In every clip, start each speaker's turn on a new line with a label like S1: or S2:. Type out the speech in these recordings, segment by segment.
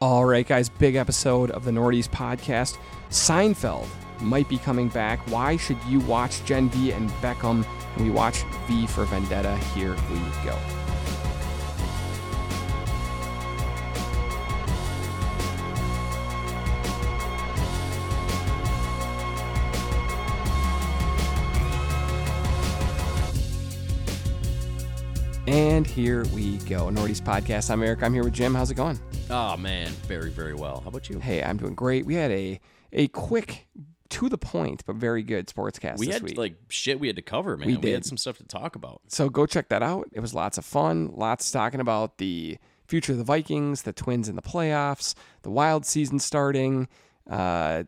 S1: All right, guys, big episode of the Nordies podcast. Seinfeld might be coming back. Why should you watch Gen V and Beckham? And we watch V for Vendetta. Here we go. And here we go. Nordy's podcast. I'm Eric. I'm here with Jim. How's it going?
S2: Oh man, very very well. How about you?
S1: Hey, I'm doing great. We had a a quick, to the point, but very good sportscast
S2: we
S1: this
S2: had
S1: week.
S2: like shit we had to cover, man.
S1: We
S2: We,
S1: did.
S2: had some stuff to talk about.
S1: so go check that out. It was lots of fun. Lots talking about the future of the Vikings, the Twins in the playoffs, the Wild season starting. Uh,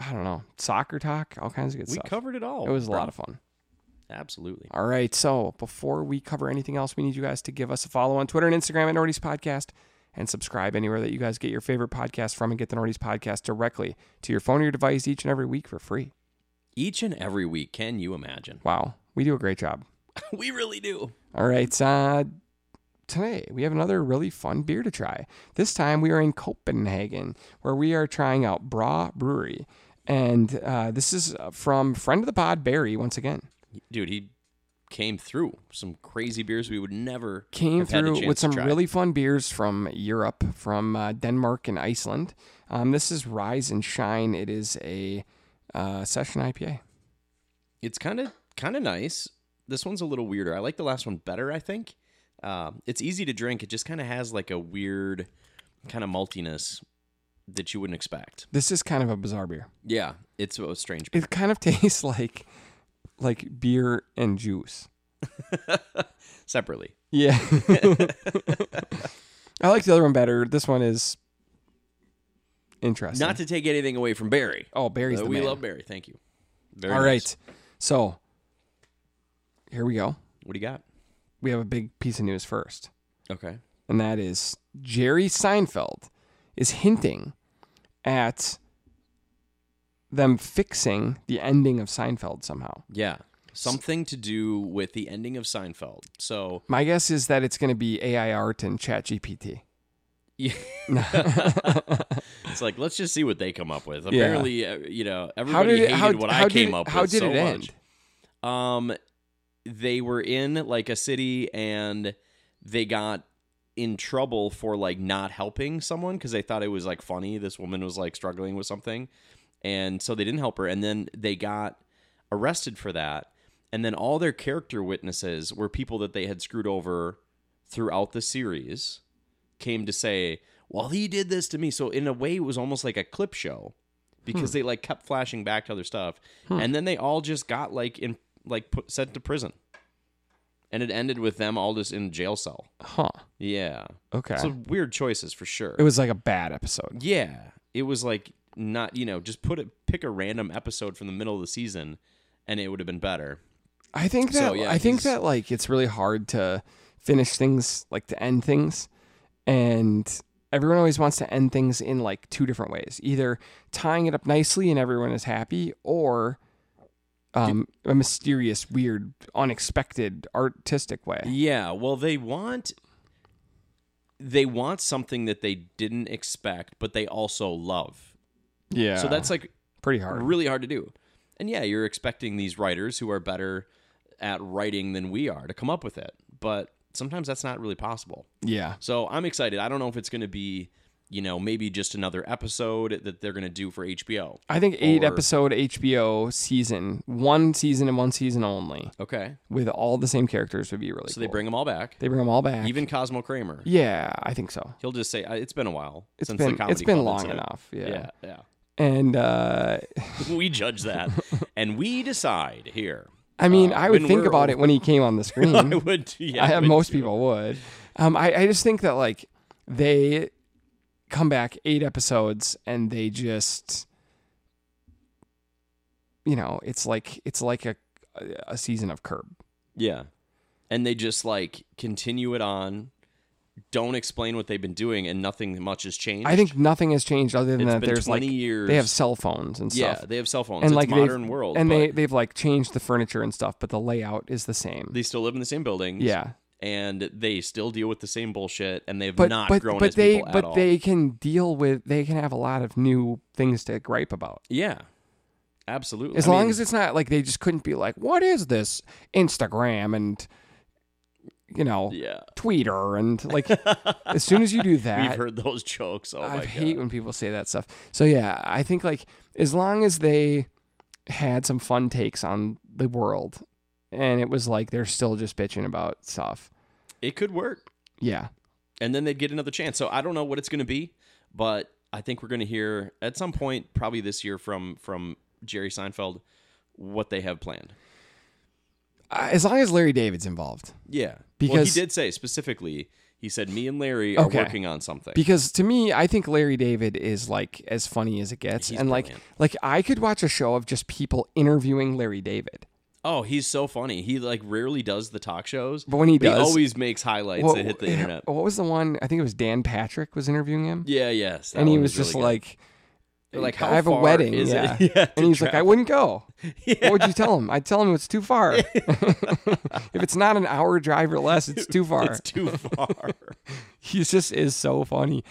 S1: I don't know, soccer talk, all kinds of good
S2: We
S1: stuff.
S2: covered it all.
S1: it was a
S2: bro.
S1: lot of fun.
S2: Absolutely.
S1: All right. So before we cover anything else, we need you guys to give us a follow on Twitter and Instagram at Nordy's Podcast and subscribe anywhere that you guys get your favorite podcast from and get the Nordy's Podcast directly to your phone or your device each and every week for free.
S2: Each and every week, can you imagine?
S1: Wow. We do a great job.
S2: we really do.
S1: All right. Uh, today, we have another really fun beer to try. This time, we are in Copenhagen, where we are trying out Bra Brewery. And uh, this is uh, from friend of the pod, Barry, once again.
S2: Dude, he came through some crazy beers we would never
S1: came
S2: have had the
S1: through
S2: chance
S1: with
S2: to
S1: some
S2: try.
S1: really fun beers from Europe, from uh, Denmark and Iceland. Um, this is Rise and Shine. It is a uh, session IPA.
S2: It's kind of kind of nice. This one's a little weirder. I like the last one better, I think. Um, it's easy to drink. It just kind of has like a weird kind of maltiness that you wouldn't expect.
S1: This is kind of a bizarre beer.
S2: Yeah, it's a strange.
S1: It kind of tastes like like beer and juice.
S2: Separately,
S1: Yeah. I like the other one better. This one is interesting.
S2: not to take anything away from Barry.
S1: oh, Barry's
S2: Uh,
S1: the
S2: we
S1: man.
S2: love Barry. Thank you. Very
S1: All right.
S2: nice.
S1: So here we go.
S2: What do you got?
S1: We have a big piece of news first.
S2: Okay.
S1: and that is Jerry Seinfeld is hinting at them fixing the ending of Seinfeld somehow.
S2: Yeah. Something to do with the ending of Seinfeld. So,
S1: My guess is that it's going to be AI art and ChatGPT.
S2: yeah. it's like let's just see what they come up with. Apparently, uh, you know,
S1: How
S2: everybody
S1: did it,
S2: hated
S1: how,
S2: what
S1: how
S2: I came
S1: did,
S2: up
S1: how
S2: with
S1: did
S2: so
S1: it end?
S2: much. Um, they were in like a city and they got in trouble for like not helping someone because they thought it was like funny. This woman was like struggling with something, and so they didn't help her. And then they got arrested for that. And then all their character witnesses were people that they had screwed over throughout the series came to say, "Well, he did this to me." So in a way, it was almost like a clip show because
S1: Hmm.
S2: they like kept flashing back to other stuff, and then they all just got like in like put, sent to prison, and it ended with them all just in a jail cell.
S1: Huh.
S2: Yeah,
S1: Okay.
S2: so weird choices for sure.
S1: it was like a bad episode.
S2: yeah, it was like not you know just put it pick a random episode from the middle of the season, and it would have been better.
S1: I think that
S2: So, yeah,
S1: I think
S2: he's-
S1: that like it's really hard to finish things, like to end things, and everyone always wants to end things in like two different ways: either tying it up nicely and everyone is happy, or um, a mysterious, weird, unexpected, artistic way.
S2: Yeah, well they want they want something that they didn't expect, but they also love.
S1: Yeah,
S2: So that's like
S1: pretty hard.
S2: really hard to do. And yeah, you're expecting these writers who are better at writing than we are to come up with it, but sometimes that's not really possible.
S1: Yeah,
S2: So I'm excited. I don't know if it's going to be, you know, maybe just another episode that they're going to do for HBO.
S1: I think eight
S2: Or-
S1: episode HBO season, one season and one season only,
S2: Okay.
S1: with all the same characters would be really.
S2: So they bring them all back.
S1: they bring them all back.
S2: Even Cosmo Kramer.
S1: yeah, I think so.
S2: He'll just say "I- it's been a while
S1: It's
S2: since
S1: been
S2: the comedy
S1: it's been
S2: club
S1: long
S2: incident."
S1: enough. Yeah.
S2: Yeah, yeah.
S1: And uh,
S2: we judge that and we decide here.
S1: I mean,
S2: Uh,
S1: I would
S2: when
S1: think
S2: we're
S1: about
S2: old-
S1: it when he came on the screen.
S2: I would, yeah,
S1: Hmm. I have
S2: would
S1: most
S2: too.
S1: people would. Um, I, I just think that like they come back eight episodes and they just you know, it's like it's like a a season of curb.
S2: Yeah. And they just like continue it on, don't explain what they've been doing, and nothing much has changed.
S1: I think nothing has changed other than
S2: It's
S1: that
S2: been
S1: there's
S2: 20
S1: like
S2: years.
S1: they have cell phones and
S2: yeah,
S1: stuff.
S2: they have cell phones.
S1: and
S2: it's
S1: like they've-
S2: modern world,
S1: and
S2: but
S1: they
S2: they
S1: they've like changed the furniture and stuff, but the layout is the same.
S2: still live in the same buildings.
S1: yeah.
S2: and they still deal with the same bullshit, and they've
S1: But
S2: not
S1: but
S2: grown
S1: but
S2: as
S1: they
S2: people at
S1: but
S2: all.
S1: they can deal with they can have a lot of new things to gripe about.
S2: yeah, absolutely.
S1: As
S2: I
S1: long
S2: mean,
S1: as it's not like they just couldn't be like, what is this Instagram and you know
S2: yeah,
S1: Twitter and like as soon as you do
S2: we've
S1: that,
S2: heard those jokes. Oh
S1: I
S2: my
S1: hate
S2: god,
S1: when people say that stuff. So yeah, I think like as long as they had some fun takes on the world, and it was like they're still just bitching about stuff.
S2: it could work,
S1: Yeah,
S2: and then they'd get another chance. So I don't know what it's going to be, but I think we're going to hear at some point, probably this year, from from Jerry Seinfeld, what they have planned.
S1: Uh, as long as Larry David's involved,
S2: Yeah, well, he
S1: Because-
S2: did say specifically. He said, "Me and Larry are
S1: Okay.
S2: working on something."
S1: because to me, I think Larry David is like as funny as it gets,
S2: He's
S1: and like
S2: brilliant.
S1: like I could watch a show of just people interviewing Larry David.
S2: oh, he's so funny. He like rarely does the talk shows,
S1: But when he does-
S2: always makes highlights that hit the internet.
S1: What was the one? I think it was Dan Patrick was interviewing him,
S2: Yeah, yes, that
S1: and he
S2: one
S1: was, just
S2: really good.
S1: like,
S2: They're like, how
S1: I have
S2: far
S1: a wedding,
S2: is
S1: yeah.
S2: it? Yeah,
S1: and
S2: to
S1: he's like, I
S2: travel.
S1: wouldn't go. What would you tell him? I'd tell him it's too far. if it's not an hour drive or less, it's too far.
S2: it's too far.
S1: He's just is so funny.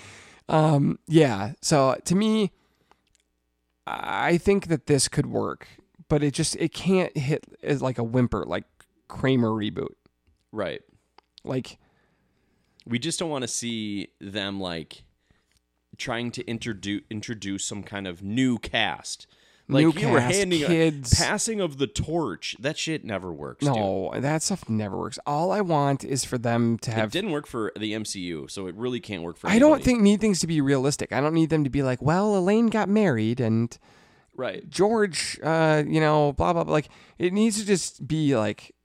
S1: Um, yeah. So to me, I think that this could work, but it just it can't hit as like a whimper, like Kramer reboot.
S2: right.
S1: Like
S2: We just don't want to see them like trying to introduce introduce some kind of new cast. Like
S1: New
S2: you were
S1: cast,
S2: handing a-
S1: kids.
S2: passing of the torch. That shit never works. dude.
S1: no, that stuff never works. All I want is for them to
S2: It
S1: have.
S2: didn't work for the MCU, so it really can't work for.
S1: I don't
S2: anybody.
S1: think need things to be realistic. I don't need them to be like, well, Elaine got married and
S2: right.
S1: George, uh, you know, blah blah blah. Like it needs to just be like,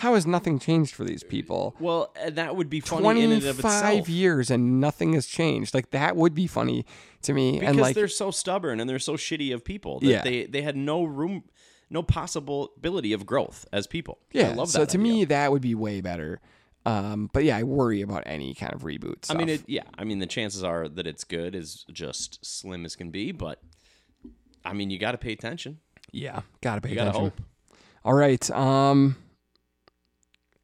S1: how has nothing changed for these people?
S2: Well, and that would be funny in and of itself
S1: Twenty-five years and nothing has changed. Like that would be funny to me.
S2: because
S1: and like,
S2: they're so stubborn and they're so shitty of people that
S1: Yeah.
S2: they they had no room, no possibility of growth as people.
S1: yeah,
S2: I love
S1: so
S2: that.
S1: to
S2: idea.
S1: me, that would be way better. Um, but yeah, I worry about any kind of reboot.
S2: I
S1: Stuff.
S2: mean, it, yeah, I mean the chances are that it's good is just slim as can be, but I mean you got to pay attention.
S1: yeah, gotta pay
S2: You got to
S1: attention.
S2: hope.
S1: All right, um,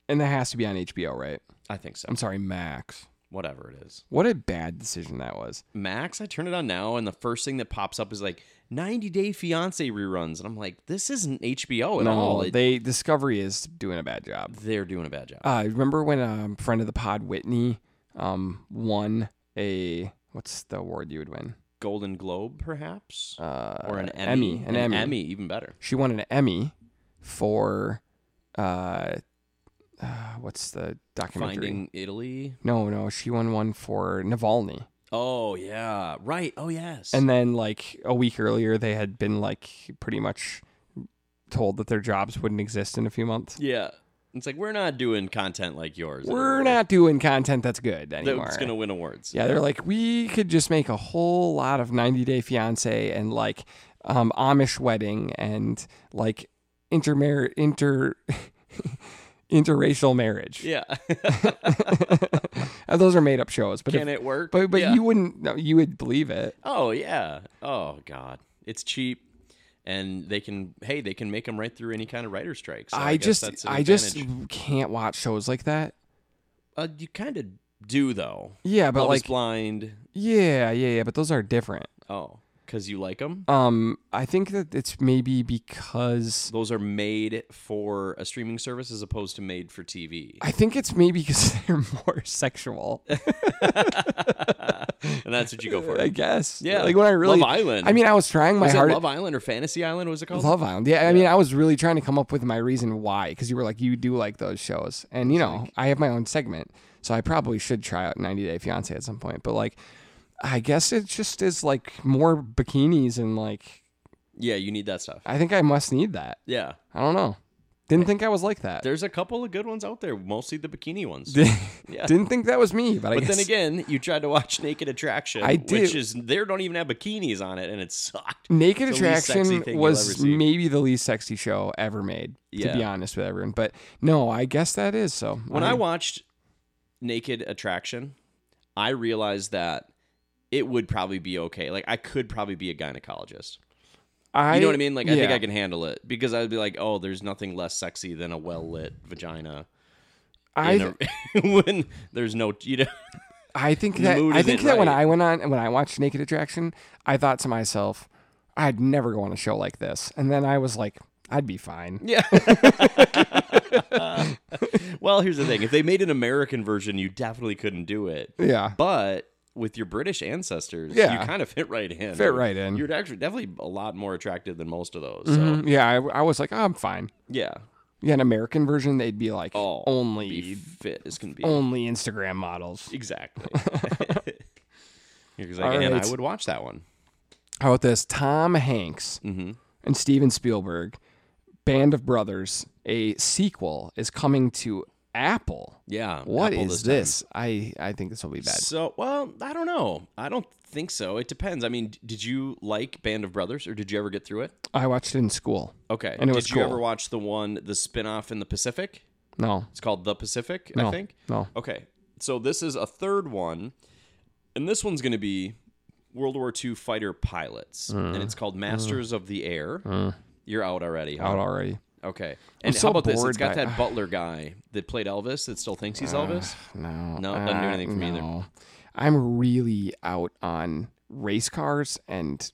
S1: and that has to be on HBO, right?
S2: I think so.
S1: I'm sorry, Max.
S2: Whatever it is.
S1: What a bad decision that was.
S2: Max, I turn it on now, and the first thing that pops up is like 90 Day Fiance reruns, and I'm like, this isn't HBO at all.
S1: No,
S2: It-
S1: they Discovery is doing a bad job.
S2: they're doing a bad job.
S1: Uh, remember when a um, friend of the pod, Whitney, um, won a what's the award you would win?
S2: Golden Globe, perhaps,
S1: Uh,
S2: or an
S1: Emmy,
S2: Emmy,
S1: an Emmy.
S2: even better.
S1: She won an Emmy for uh, uh what's the documentary?
S2: Finding Italy.
S1: No, no, she won one for Navalny.
S2: Oh yeah, right. Oh yes.
S1: And then like a week earlier, they had been like pretty much told that their jobs wouldn't exist in a few months.
S2: yeah, it's like we're not doing content like yours.
S1: We're not doing content that's good anymore.
S2: That's gonna win awards.
S1: Yeah, they're like, we could just make a whole lot of 90 Day Fiance and like um, Amish wedding and like intermar inter interracial marriage.
S2: Yeah.
S1: Uh, Those are made up shows, but
S2: Can
S1: if-
S2: it work?
S1: but but
S2: Yeah.
S1: you wouldn't no, you would believe it.
S2: Oh yeah. Oh god, it's cheap, and they can. Hey, they can make them right through any kind of writer strike. So I,
S1: I
S2: guess
S1: just
S2: That's an
S1: I just
S2: advantage.
S1: can't watch shows like that.
S2: Uh, you kind of do though.
S1: Yeah, but
S2: Love is
S1: like
S2: blind.
S1: yeah, yeah, yeah, but those are different.
S2: Oh, because you like them.
S1: Um I think that it's maybe because
S2: Those are made for a streaming service as opposed to made for TV.
S1: I think it's maybe because they're more sexual.
S2: and that's what you go for.
S1: I guess.
S2: Yeah,
S1: Like when I really
S2: Love Island.
S1: I mean, I was trying my
S2: was it
S1: hardest.
S2: Love Island or Fantasy Island? What was it called?
S1: Love Island. Yeah, I mean, I was really trying to come up with my reason why, because you were like, you do like those shows, and you know, I have my own segment, so I probably should try out 90 Day Fiance at some point. But like, I guess it just is like more bikinis, and like,
S2: yeah, you need that stuff.
S1: I think I must need that.
S2: Yeah,
S1: I don't know. Didn't think I was like that.
S2: there's a couple of good ones out there. Mostly the bikini ones. Yeah.
S1: Didn't think that was me, but, I
S2: But
S1: guess
S2: then again, you tried to watch Naked Attraction,
S1: I
S2: which
S1: did. Mm,
S2: is they don't even have bikinis on it, and it sucked.
S1: Naked
S2: It's the least sexy
S1: Attraction
S2: thing you'll ever
S1: was
S2: see.
S1: maybe the least sexy show ever made, to be
S2: Yeah.
S1: honest with everyone. But no, I guess that is so.
S2: When
S1: I
S2: I watched Naked Attraction, I realized that it would probably be okay. Like I could probably be a gynecologist. You know what I mean? Like I think
S1: yeah.
S2: I can handle it because I'd be like, oh, there's nothing less sexy than a well lit vagina.
S1: I
S2: in a- when there's no you know
S1: I think
S2: The
S1: that
S2: mood
S1: I think
S2: isn't
S1: that when
S2: right.
S1: I went on and when I watched Naked Attraction, I thought to myself, I'd never go on a show like this. And then I was like, I'd be fine.
S2: yeah. well, here's the thing: if they made an American version, you definitely couldn't do it.
S1: Yeah.
S2: But with your British ancestors,
S1: Yeah.
S2: you kind of fit right in.
S1: Fit right in.
S2: You're actually definitely a lot more attractive than most of those. So
S1: Mhm. Yeah, I, I was like, oh, I'm fine.
S2: yeah,
S1: Yeah, an American version, they'd be like
S2: Oh,
S1: only
S2: be fit as can be.
S1: only Instagram models.
S2: Exactly. You're like,
S1: All
S2: and
S1: right.
S2: I would watch that one.
S1: How about this? Tom Hanks
S2: Mm-hmm.
S1: and Steven Spielberg, Band of Brothers, a sequel is coming to Apple.
S2: Yeah.
S1: What is
S2: Apple time.
S1: this? I I think this will be bad.
S2: So, well, I don't know. I don't think so. It depends. I mean, d- did you like Band of Brothers or did you ever get through it?
S1: I watched it in school.
S2: Okay.
S1: And it
S2: did
S1: was
S2: you
S1: cool.
S2: ever watch the one, the spin off in the Pacific?
S1: No,
S2: It's called The Pacific,
S1: no,
S2: I think.
S1: no.
S2: Okay. So this is a third one, and this one's going to be World War II fighter pilots, and it's called Masters of the Air. You're out already. huh?
S1: Out already.
S2: Okay. And
S1: so
S2: how about this?
S1: bored Uh,
S2: It's got
S1: by-
S2: that Butler guy that played Elvis that still thinks he's Elvis.
S1: No, uh,
S2: No, doesn't do anything for me either.
S1: no. I'm really out on race cars and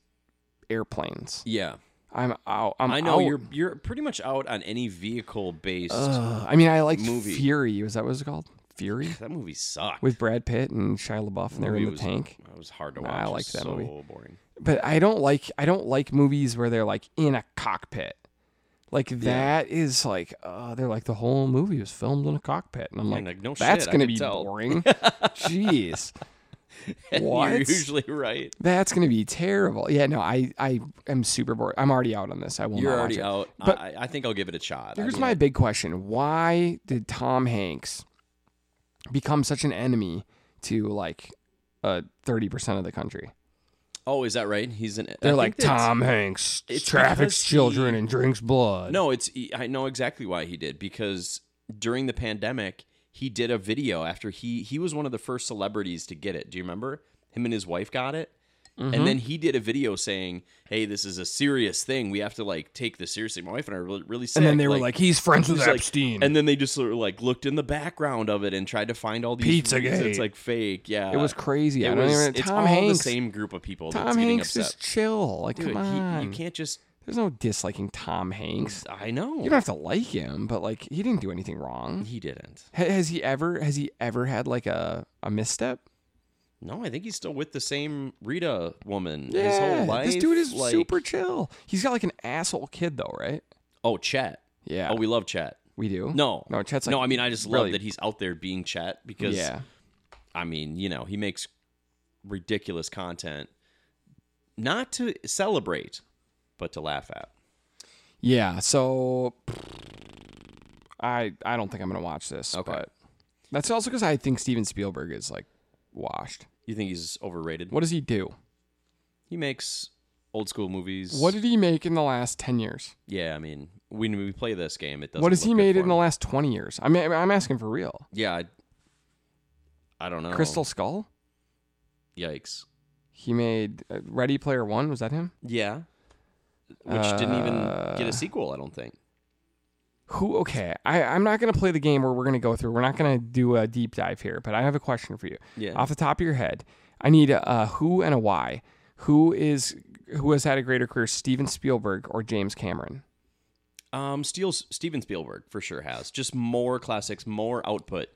S1: airplanes.
S2: Yeah,
S1: I'm out. I'm
S2: I know
S1: out.
S2: you're you're pretty much out on any vehicle based.
S1: Ugh. I mean, I liked
S2: Movie.
S1: Fury. Was that what it was called? Fury
S2: that movie sucked.
S1: with Brad Pitt and Shia LaBeouf, and they were
S2: Movie
S1: in the
S2: was-
S1: tank.
S2: It was hard to watch.
S1: I
S2: I like
S1: liked that
S2: so
S1: movie.
S2: boring.
S1: But I don't like. I don't like movies where they're like in a cockpit. Like that is like uh, they're like the whole movie was filmed in a cockpit, and I'm like,
S2: like, no
S1: that's
S2: shit, I
S1: gonna
S2: could
S1: be
S2: tell.
S1: boring. Jeez, What?
S2: You're usually right.
S1: That's gonna be terrible. Yeah, no, I I am super bored. I'm already out on this. I will
S2: You're
S1: not
S2: already
S1: watch it.
S2: out.
S1: But-
S2: I, I think I'll give it a shot. I
S1: Here's
S2: mean,
S1: my big question: Why did Tom Hanks become such an enemy to like uh, thirty percent of the country?
S2: Oh, is that right? He's an. I
S1: They're
S2: think
S1: like
S2: that's-
S1: Tom Hanks
S2: it's
S1: traffics
S2: because
S1: children
S2: he-
S1: and drinks blood.
S2: No, it's. e, I know exactly why he did because during the pandemic he did a video after he he was one of the first celebrities to get it. Do you remember? Him and his wife got it.
S1: Mm-hmm.
S2: And then he did a video saying, "Hey, this is a serious thing. We have to like take this seriously." My wife and I are really, really sick.
S1: and then they were like, he's friends with
S2: It's like-
S1: Epstein.
S2: and then they just sort of like looked in the background of it and tried to find all these
S1: Pizzagate.
S2: reasons It's like fake. Yeah,
S1: it was crazy. I
S2: uh, It
S1: don't
S2: was-
S1: even,
S2: it's
S1: Tom
S2: all
S1: Hanks.
S2: the same group of people. that's
S1: Tom
S2: getting
S1: Hanks
S2: upset.
S1: is chill. Like,
S2: Dude,
S1: come
S2: he,
S1: on.
S2: you can't just.
S1: There's no disliking Tom Hanks.
S2: I know
S1: You don't have to like him, but like, he didn't do anything wrong.
S2: he didn't.
S1: Ha- Has he ever? Has he ever had like a, a misstep?
S2: No, I think he's still with the same Rita woman his whole life.
S1: This dude is
S2: like-
S1: super chill. He's got like an asshole kid though, right?
S2: Oh, Chet.
S1: Yeah,
S2: Oh,
S1: we,
S2: we love Chet.
S1: do.
S2: No,
S1: no, Chet's like
S2: no. I mean, I just
S1: really-
S2: love that he's out there being Chet because
S1: yeah,
S2: I mean, you know, he makes ridiculous content, not to celebrate, but to laugh at.
S1: yeah. So I I don't think I'm gonna watch this.
S2: Okay.
S1: but that's also because I think Steven Spielberg is like washed.
S2: You think he's overrated?
S1: What does he do?
S2: He makes old school movies.
S1: What did he make in the last ten years?
S2: Yeah, I mean, when we play this game, it doesn't.
S1: what has
S2: look
S1: he
S2: good
S1: made
S2: for
S1: in the
S2: him.
S1: last twenty years? I mean, I'm asking for real.
S2: Yeah, I, I don't know.
S1: Crystal Skull.
S2: Yikes.
S1: He made uh, Ready Player One. Was that him?
S2: Yeah. Which didn't even get a sequel, I don't think.
S1: Who? Okay, I, I'm not going to play the game where we're going to go through. We're not going to do a deep dive here, but I have a question for you.
S2: Yeah.
S1: Off the top of your head, I need a, a who and a why. Who is who has had a greater career, Steven Spielberg or James Cameron?
S2: Um, Steel, Steven Spielberg for sure has just more classics, more output.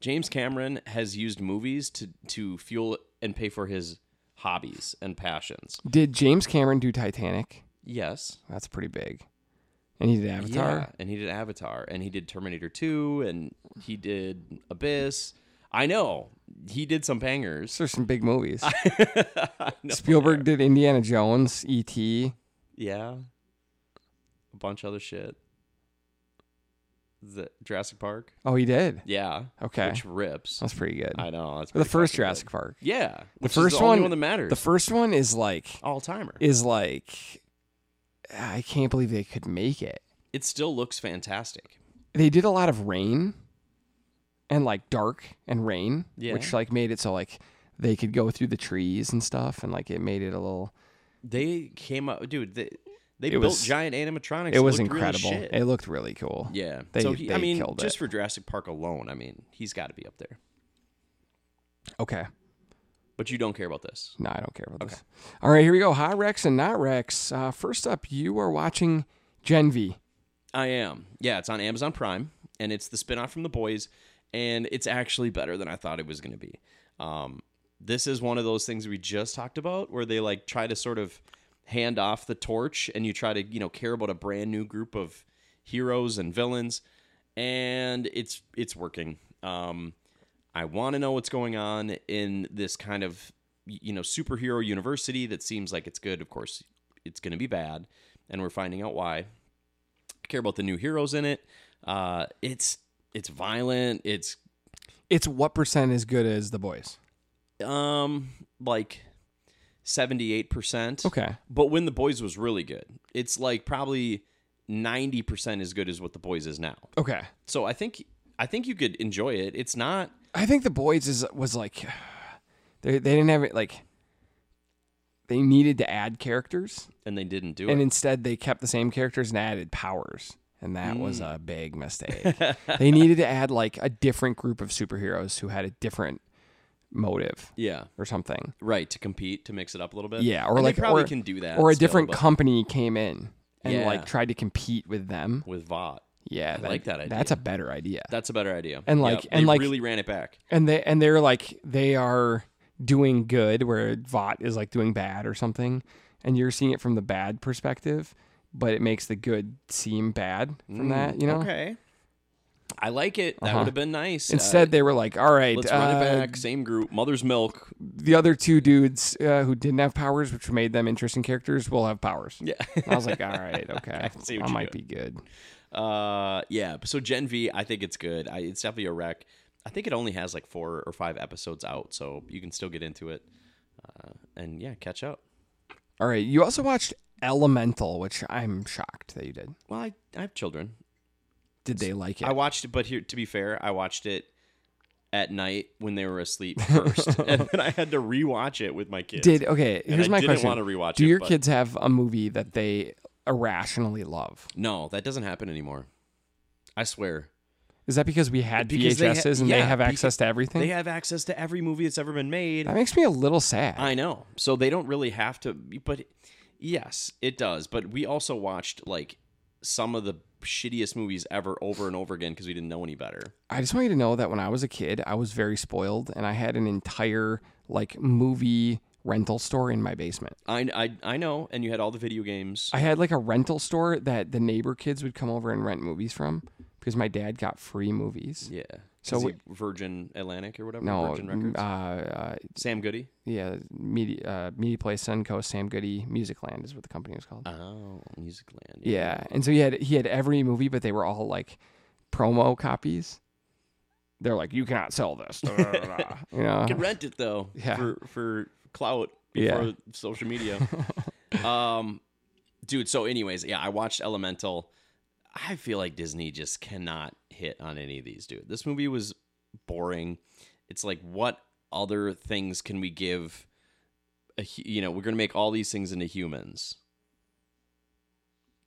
S2: James Cameron has used movies to to fuel and pay for his hobbies and passions.
S1: Did James Cameron do Titanic?
S2: Yes,
S1: That's pretty big. And he did Avatar.
S2: yeah, and he did Avatar, and he did Terminator Two, and he did Abyss. I know he did some bangers.
S1: Those are some big movies.
S2: I know.
S1: Spielberg did Indiana Jones, E E.T.
S2: yeah, a bunch of other shit. The Jurassic Park,
S1: Oh, he did.
S2: yeah,
S1: Okay,
S2: which rips.
S1: that's pretty good.
S2: I know that's
S1: the
S2: pretty
S1: first
S2: fucking good.
S1: Jurassic Park.
S2: Yeah, which is
S1: first
S2: the only
S1: one-
S2: one that matters.
S1: The first one is like
S2: all timer.
S1: is like I can't believe they could make it.
S2: It still looks fantastic.
S1: They did a lot of rain and like dark and rain,
S2: Yeah.
S1: which like made it so like they could go through the trees and stuff and like it made it a little
S2: They came up, dude. They, They
S1: It
S2: built
S1: was-
S2: giant animatronics.
S1: it
S2: that
S1: was
S2: looked really
S1: incredible.
S2: shit.
S1: it looked really cool.
S2: yeah.
S1: They-
S2: so he, I
S1: they
S2: mean,
S1: killed
S2: just
S1: it.
S2: for Jurassic Park alone, I mean, he's got to be up there.
S1: Okay.
S2: But you don't care about this.
S1: No, I don't care about this. All right, here we go. Hot Rex and Not Rex. Uh, first up, you are watching Gen V.
S2: I am. Yeah, it's on Amazon Prime, and it's the spinoff from The Boys, and it's actually better than I thought it was going to be. Um, this is one of those things we just talked about where they like try to sort of hand off the torch, and you try to you know care about a brand new group of heroes and villains, and it's it's working. Um, I want to know what's going on in this kind of y- you know superhero university that seems like it's good. Of course, it's going to be bad, and we're finding out why care about the new heroes in it. Uh, it's it's violent. It's
S1: It's what percent as good as The Boys?
S2: um like seventy eight percent.
S1: Okay.
S2: But when the boys was really good, it's like probably ninety percent as good as what the boys is now.
S1: Okay.
S2: So I think I think you could enjoy it. It's not
S1: I think The Boys is was like they they didn't have it like they needed to add characters
S2: and they didn't do
S1: and
S2: it.
S1: instead they kept the same characters and added powers. And that was
S2: Mm.
S1: a big mistake. they needed to add like a different group of superheroes who had a different motive
S2: Yeah.
S1: or something.
S2: Right, to compete, to mix it up a little bit.
S1: Yeah, or
S2: And
S1: like
S2: they probably
S1: or,
S2: can do that.
S1: Or a
S2: still,
S1: different
S2: but
S1: company came in and
S2: Yeah.
S1: like tried to compete with them.
S2: with Vought.
S1: Yeah,
S2: like that
S1: That's a better idea.
S2: That's a better idea.
S1: And
S2: Yeah,
S1: like-
S2: they
S1: and like-
S2: really ran it back.
S1: And they and they're like they are doing good where Vought is like doing bad or something, and you're seeing it from the bad perspective, but it makes the good seem bad from that. You know.
S2: Mm, Okay. I like it. That
S1: Uh-huh.
S2: would have been nice. Uh,
S1: Instead, they were like, "All right,
S2: let's run it
S1: uh,
S2: back. Same group. Mother's Milk.
S1: the other two dudes uh, who didn't have powers, which made them interesting characters, will have powers."
S2: Yeah.
S1: And I was like, "All right, okay,
S2: see
S1: I
S2: what you
S1: might be good."
S2: uh, yeah. So Gen V, I think it's good. I, it's definitely a wreck. I think it only has like four or five episodes out, so you can still get into it. Uh, and yeah, catch up.
S1: All right, you also watched Elemental, which I'm shocked that you did.
S2: Well, I, I have children.
S1: Did they like it?
S2: I watched it, but here, to be fair, I watched it at night when they were asleep first, and then I had to rewatch it with my kids.
S1: Did okay?
S2: And
S1: Here's
S2: I
S1: my
S2: didn't
S1: question:
S2: want to rewatch
S1: Do
S2: it,
S1: your
S2: but-
S1: kids have a movie that they irrationally love?
S2: No, that doesn't happen anymore. I swear.
S1: Is that because we had
S2: Because they ha-
S1: VHSs and they
S2: yeah,
S1: have
S2: beca-
S1: access to everything?
S2: They have access to every movie that's ever been made.
S1: that makes me a little sad.
S2: I know. So they don't really have to, but yes, it does. But we also watched like some of the shittiest movies ever over and over again because we didn't know any better.
S1: I just want you to know that when I was a kid, I was very spoiled, and I had an entire like movie rental store in my basement.
S2: I, I, I know. And you had all the video games.
S1: I had like a rental store that the neighbor kids would come over and rent movies from because my dad got free movies.
S2: yeah.
S1: So
S2: So
S1: we-
S2: Virgin Atlantic or whatever.
S1: No,
S2: Virgin Records.
S1: uh, uh,
S2: Sam Goody.
S1: yeah, media, uh, media place, Suncoast, Sam Goody, Musicland is what the company was called.
S2: Oh, Musicland.
S1: Yeah, and so he had he had every movie, but they were all like promo copies. They're like, you cannot sell this, you know.
S2: You can rent it though
S1: Yeah.
S2: for for clout
S1: Yeah.
S2: before social media. um, dude. So, anyways, yeah, I watched Elemental. I feel like Disney just cannot hit on any of these, dude. This movie was boring. It's like, what other things can we give? A, hu- you know, we're gonna make all these things into humans.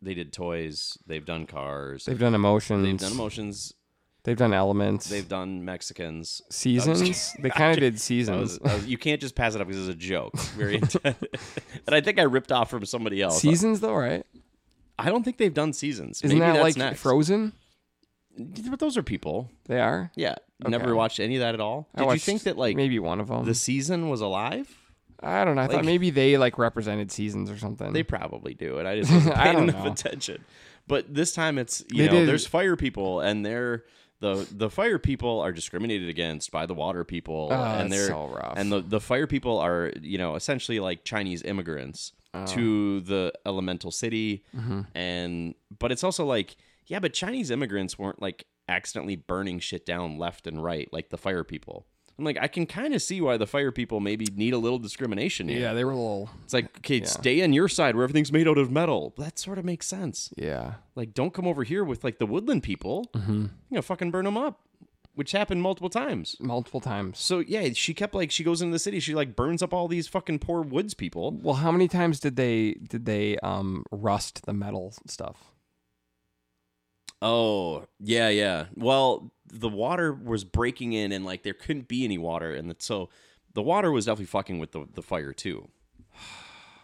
S2: They did toys. They've done cars.
S1: They've done emotions.
S2: They've done emotions.
S1: They've done elements.
S2: They've done Mexicans.
S1: seasons. They kind of did
S2: That
S1: seasons.
S2: was- that was- you can't just pass it up because it's a joke. Very intended. and I think I ripped off from somebody else.
S1: seasons though, right?
S2: I don't think they've done seasons.
S1: Isn't
S2: Maybe
S1: that
S2: that's
S1: like
S2: next.
S1: Frozen?
S2: But those are people.
S1: They are.
S2: Yeah. Never watched any of that at all.
S1: I
S2: Did you
S1: watched
S2: think that like
S1: maybe one of them?
S2: the season was alive?
S1: I don't know. I thought
S2: like-
S1: maybe they like represented seasons or something.
S2: They probably do, and I just wasn't
S1: Um, I
S2: paying
S1: don't
S2: enough
S1: know.
S2: attention. But this time it's you
S1: They
S2: know
S1: did-
S2: there's fire people and they're the the fire people are discriminated against by the water people and
S1: Oh, that's
S2: they're
S1: so rough.
S2: and the the fire people are you know essentially like Chinese immigrants to
S1: Oh.
S2: the elemental city
S1: Mm-hmm.
S2: and but it's also like yeah but Chinese immigrants weren't like accidentally burning shit down left and right like the fire people. I'm like I can kind of see why the fire people maybe need a little discrimination here.
S1: yeah, they were a little.
S2: It's like, okay, stay on your side where everything's made out of metal. That sort of makes sense.
S1: Yeah.
S2: Mm-hmm. Like, don't come over here with like the woodland people. You know, fucking burn them up. which happened multiple times.
S1: multiple times.
S2: So yeah, she kept like she goes into the city, she like burns up all these fucking poor woods people.
S1: Well, how many times did they did they um rust the metal stuff?
S2: Oh, yeah, yeah. Well, the water was breaking in and like there couldn't be any water and that so the water was definitely fucking with the the fire too.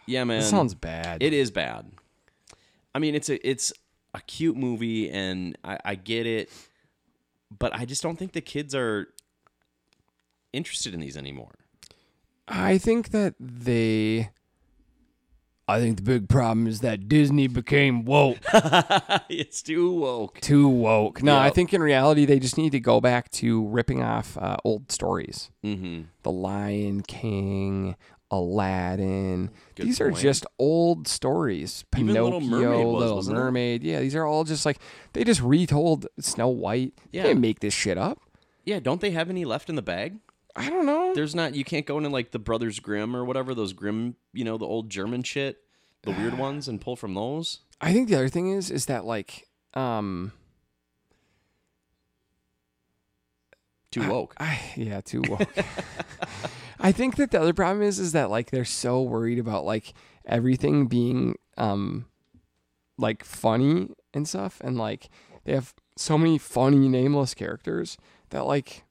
S2: Yeah, man.
S1: That sounds bad.
S2: It is bad. I mean, it's a it's a cute movie, and I, I get it, but I just don't think the kids are interested in these anymore.
S1: I think that they. I think the big problem is that Disney became woke,
S2: it's too woke.
S1: too woke. No, I
S2: Yep.
S1: think in reality they just need to go back to ripping off uh, old stories.
S2: Mm-hmm.
S1: The Lion King, Aladdin.
S2: Good
S1: these are
S2: point.
S1: just old stories.
S2: Even
S1: Pinocchio,
S2: Little Mermaid was,
S1: Little
S2: wasn't it?
S1: Mermaid. Yeah, these are all just like they just retold Snow White.
S2: Yeah.
S1: They didn't make this shit up.
S2: Yeah, don't they have any left in the bag?
S1: I don't know.
S2: There's not. You can't go into like the Brothers Grimm or whatever those Grimm, you know, the old German shit, the weird ones, and pull from those.
S1: I think the other thing is is that like um
S2: Too woke.
S1: I yeah, too woke. I think that the other problem is is that like they're so worried about like everything being um like funny and stuff and like they have so many funny nameless characters that like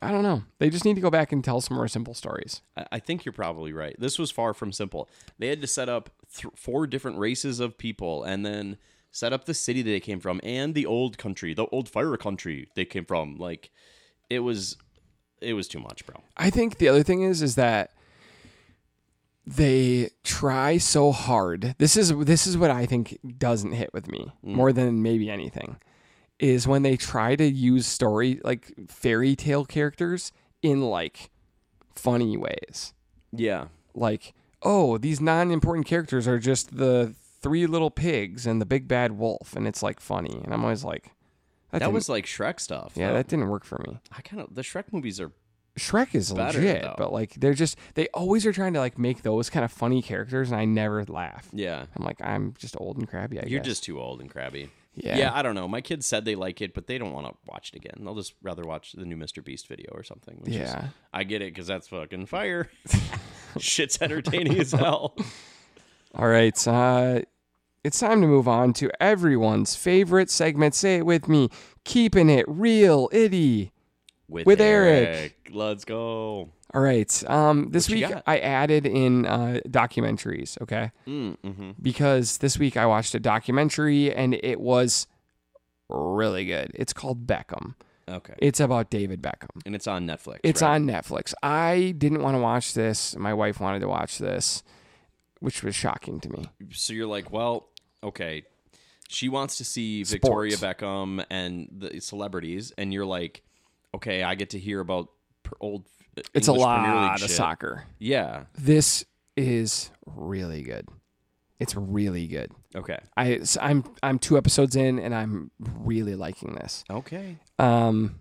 S1: I don't know. They just need to go back and tell some more simple stories.
S2: I I think you're probably right. This was far from simple. They had to set up th- four different races of people and then set up the city that they came from and the old country, the old fire country they came from. Like it was it was too much, bro.
S1: I think the other thing is is that they try so hard. This is this is what I think doesn't hit with me more than maybe anything is when they try to use story like fairy tale characters in like funny ways.
S2: Yeah.
S1: Like, oh, these non-important characters are just the three little pigs and the big bad wolf and it's like funny and I'm always like that,
S2: That
S1: didn't-
S2: was Oh. like Shrek stuff.
S1: yeah,
S2: though.
S1: that didn't work for me.
S2: I kind of the Shrek movies are
S1: Shrek is
S2: better,
S1: legit,
S2: though.
S1: but like they're just they always are trying to like make those kind of funny characters, and I never laugh.
S2: yeah.
S1: I'm like I'm just old and crabby. I
S2: You're
S1: guess.
S2: just too old and crabby.
S1: Yeah.
S2: Yeah, I don't know. My kids said they like it, but they don't want to watch it again. They'll just rather watch the new Mr. Beast video or something. Which
S1: Yeah.
S2: Is, I get it because that's fucking fire. Shit's entertaining as hell.
S1: all right. Uh, it's time to move on to everyone's favorite segment. Say it with me, keeping it real, itty. With Eric.
S2: Let's go.
S1: All right. Um, this
S2: What you
S1: week
S2: got?
S1: I added in uh, documentaries. Okay. Because this week I watched a documentary and it was really good. It's called Beckham.
S2: Okay.
S1: It's about David Beckham.
S2: and it's on Netflix.
S1: It's
S2: right?
S1: on Netflix. I didn't want to watch this. My wife wanted to watch this, which was shocking to me.
S2: So you're like, well, okay. She wants to see Victoria
S1: Sports.
S2: Beckham and the celebrities, and you're like, okay, I get to hear about pr- old. uh,
S1: It's
S2: English
S1: a
S2: Premier League
S1: lot of
S2: shit.
S1: soccer.
S2: Yeah.
S1: This is really good. It's really good.
S2: Okay.
S1: I s- I'm I'm two episodes in and I'm really liking this.
S2: Okay.
S1: Um,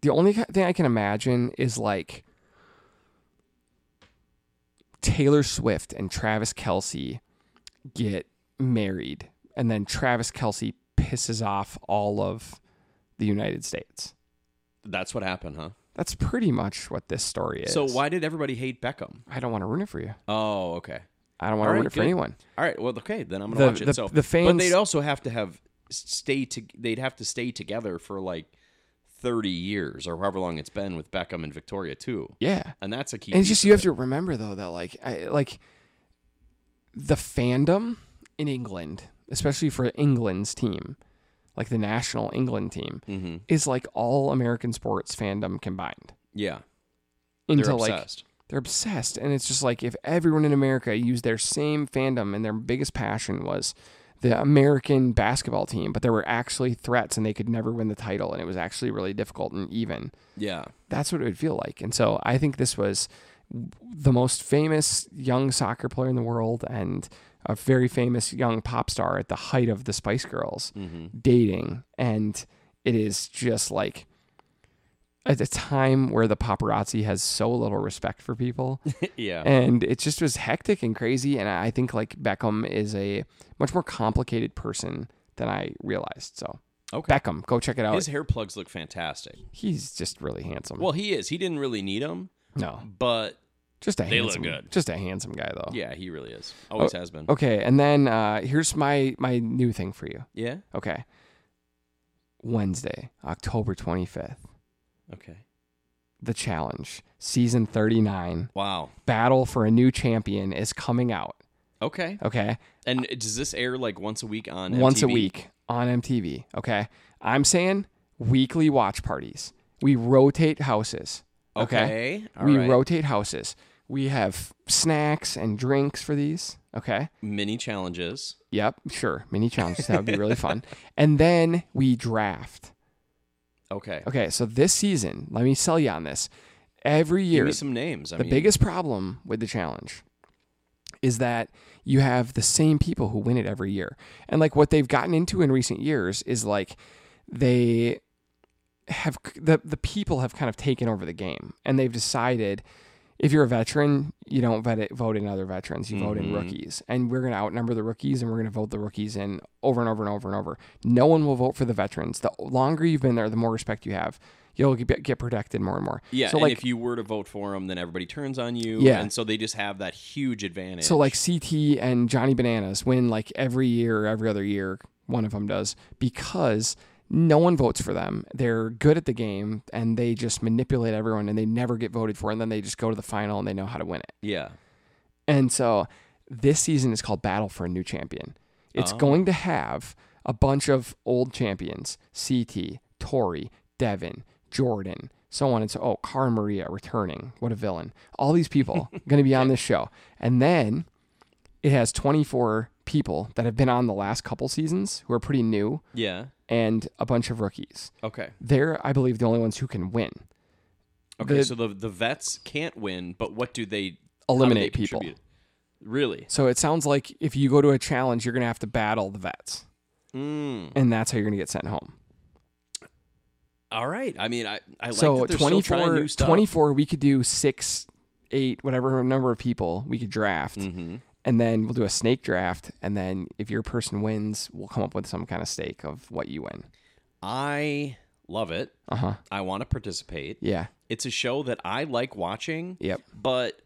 S1: the only ki- thing I can imagine is like Taylor Swift and Travis Kelsey get married, and then Travis Kelsey pisses off all of the United States.
S2: That's what happened, huh?
S1: That's pretty much what this story is.
S2: So why did everybody hate Beckham?
S1: I don't want to ruin it for you.
S2: Oh, okay.
S1: I don't want to
S2: All
S1: ruin
S2: right,
S1: it for
S2: good.
S1: anyone.
S2: All right. Well, okay. Then I'm gonna
S1: The-
S2: watch it.
S1: the-
S2: so
S1: the
S2: but
S1: fans-
S2: they'd also have to have stay to. They'd have to stay together for like thirty years or however long it's been with Beckham and Victoria too.
S1: Yeah.
S2: And that's a key.
S1: and it's
S2: piece
S1: just you
S2: of
S1: have to remember though that like I, like the fandom in England, especially for England's team, like the national England team,
S2: it. Mhm.
S1: is like all American sports fandom combined.
S2: Yeah, they're
S1: Into like
S2: obsessed.
S1: they're obsessed, and it's just like if everyone in America used their same fandom and their biggest passion was the American basketball team, but there were actually threats and they could never win the title, and it was actually really difficult and even
S2: yeah,
S1: that's what it would feel like. And so I think this was the most famous young soccer player in the world and a very famous young pop star at the height of the Spice Girls
S2: Mm-hmm.
S1: dating. And it is just like at a time where the paparazzi has so little respect for people.
S2: yeah.
S1: and it just was hectic and crazy. And I think like Beckham is a much more complicated person than I realized. So
S2: Okay.
S1: Beckham. Go check it out.
S2: His hair plugs look fantastic.
S1: He's just really handsome.
S2: Well, he is. He didn't really need them,
S1: no,
S2: but
S1: just a
S2: they look
S1: handsome,
S2: good.
S1: just a handsome guy though.
S2: yeah, he really is. Always
S1: Oh.
S2: has been.
S1: Okay, and then uh, here's my my new thing for you.
S2: Yeah.
S1: Okay, Wednesday, October twenty fifth,
S2: Okay.
S1: the challenge season thirty nine,
S2: Wow.
S1: battle for a new champion is coming out.
S2: Okay.
S1: Okay,
S2: And does this air like once a week on
S1: once a
S2: MTV?
S1: week on MTV. Okay, I'm saying weekly watch parties. We rotate houses.
S2: Okay. All
S1: we
S2: right.
S1: rotate houses. We have snacks and drinks for these. Okay.
S2: mini challenges.
S1: Yep. Sure. Mini challenges. That would be really fun. And then we draft.
S2: Okay.
S1: Okay. So this season, let me sell you on this. Every
S2: Give
S1: year,
S2: me some names. I
S1: the
S2: mean,
S1: biggest problem with the challenge is that you have the same people who win it every year. And like what they've gotten into in recent years is like they have the the people have kind of taken over the game and they've decided if you're a veteran, you don't vet it, vote in other veterans. You vote in
S2: Mhm.
S1: rookies. And we're going to outnumber the rookies and we're going to vote the rookies in over and over and over and over. No one will vote for the veterans. The longer you've been there, the more respect you have. You'll get, get protected more and more.
S2: Yeah.
S1: So,
S2: and
S1: like,
S2: if you were to vote for him, then everybody turns on you.
S1: Yeah.
S2: And so they just have that huge advantage.
S1: So like CT and Johnny Bananas win like every year or every other year, one of them does because no one votes for them. They're good at the game and they just manipulate everyone and they never get voted for and then they just go to the final and they know how to win it.
S2: yeah.
S1: And so this season is called Battle for a New Champion. It's
S2: Oh.
S1: going to have a bunch of old champions, CT, Tori, Devin, Jordan, so on and so oh, Cara Maria returning. What a villain. All these people gonna be on this show. And then it has twenty four people that have been on the last couple seasons who are pretty new
S2: Yeah.
S1: and a bunch of rookies.
S2: Okay.
S1: They're, I believe, the only ones who can win.
S2: Okay.
S1: The-
S2: so the the vets can't win, but what do they how do
S1: Eliminate
S2: they
S1: people.
S2: contribute? Really?
S1: So it sounds like if you go to a challenge, you're gonna have to battle the vets.
S2: Mm.
S1: And that's how you're gonna get sent home.
S2: All right. I mean, I I like
S1: so
S2: that they're still trying
S1: 24,
S2: new stuff.
S1: 24 we could do six eight whatever number of people we could draft
S2: Mhm.
S1: and then we'll do a snake draft and then if your person wins we'll come up with some kind of stake of what you win
S2: I love it.
S1: uh-huh
S2: I want to participate.
S1: yeah
S2: It's a show that I like watching.
S1: yep
S2: but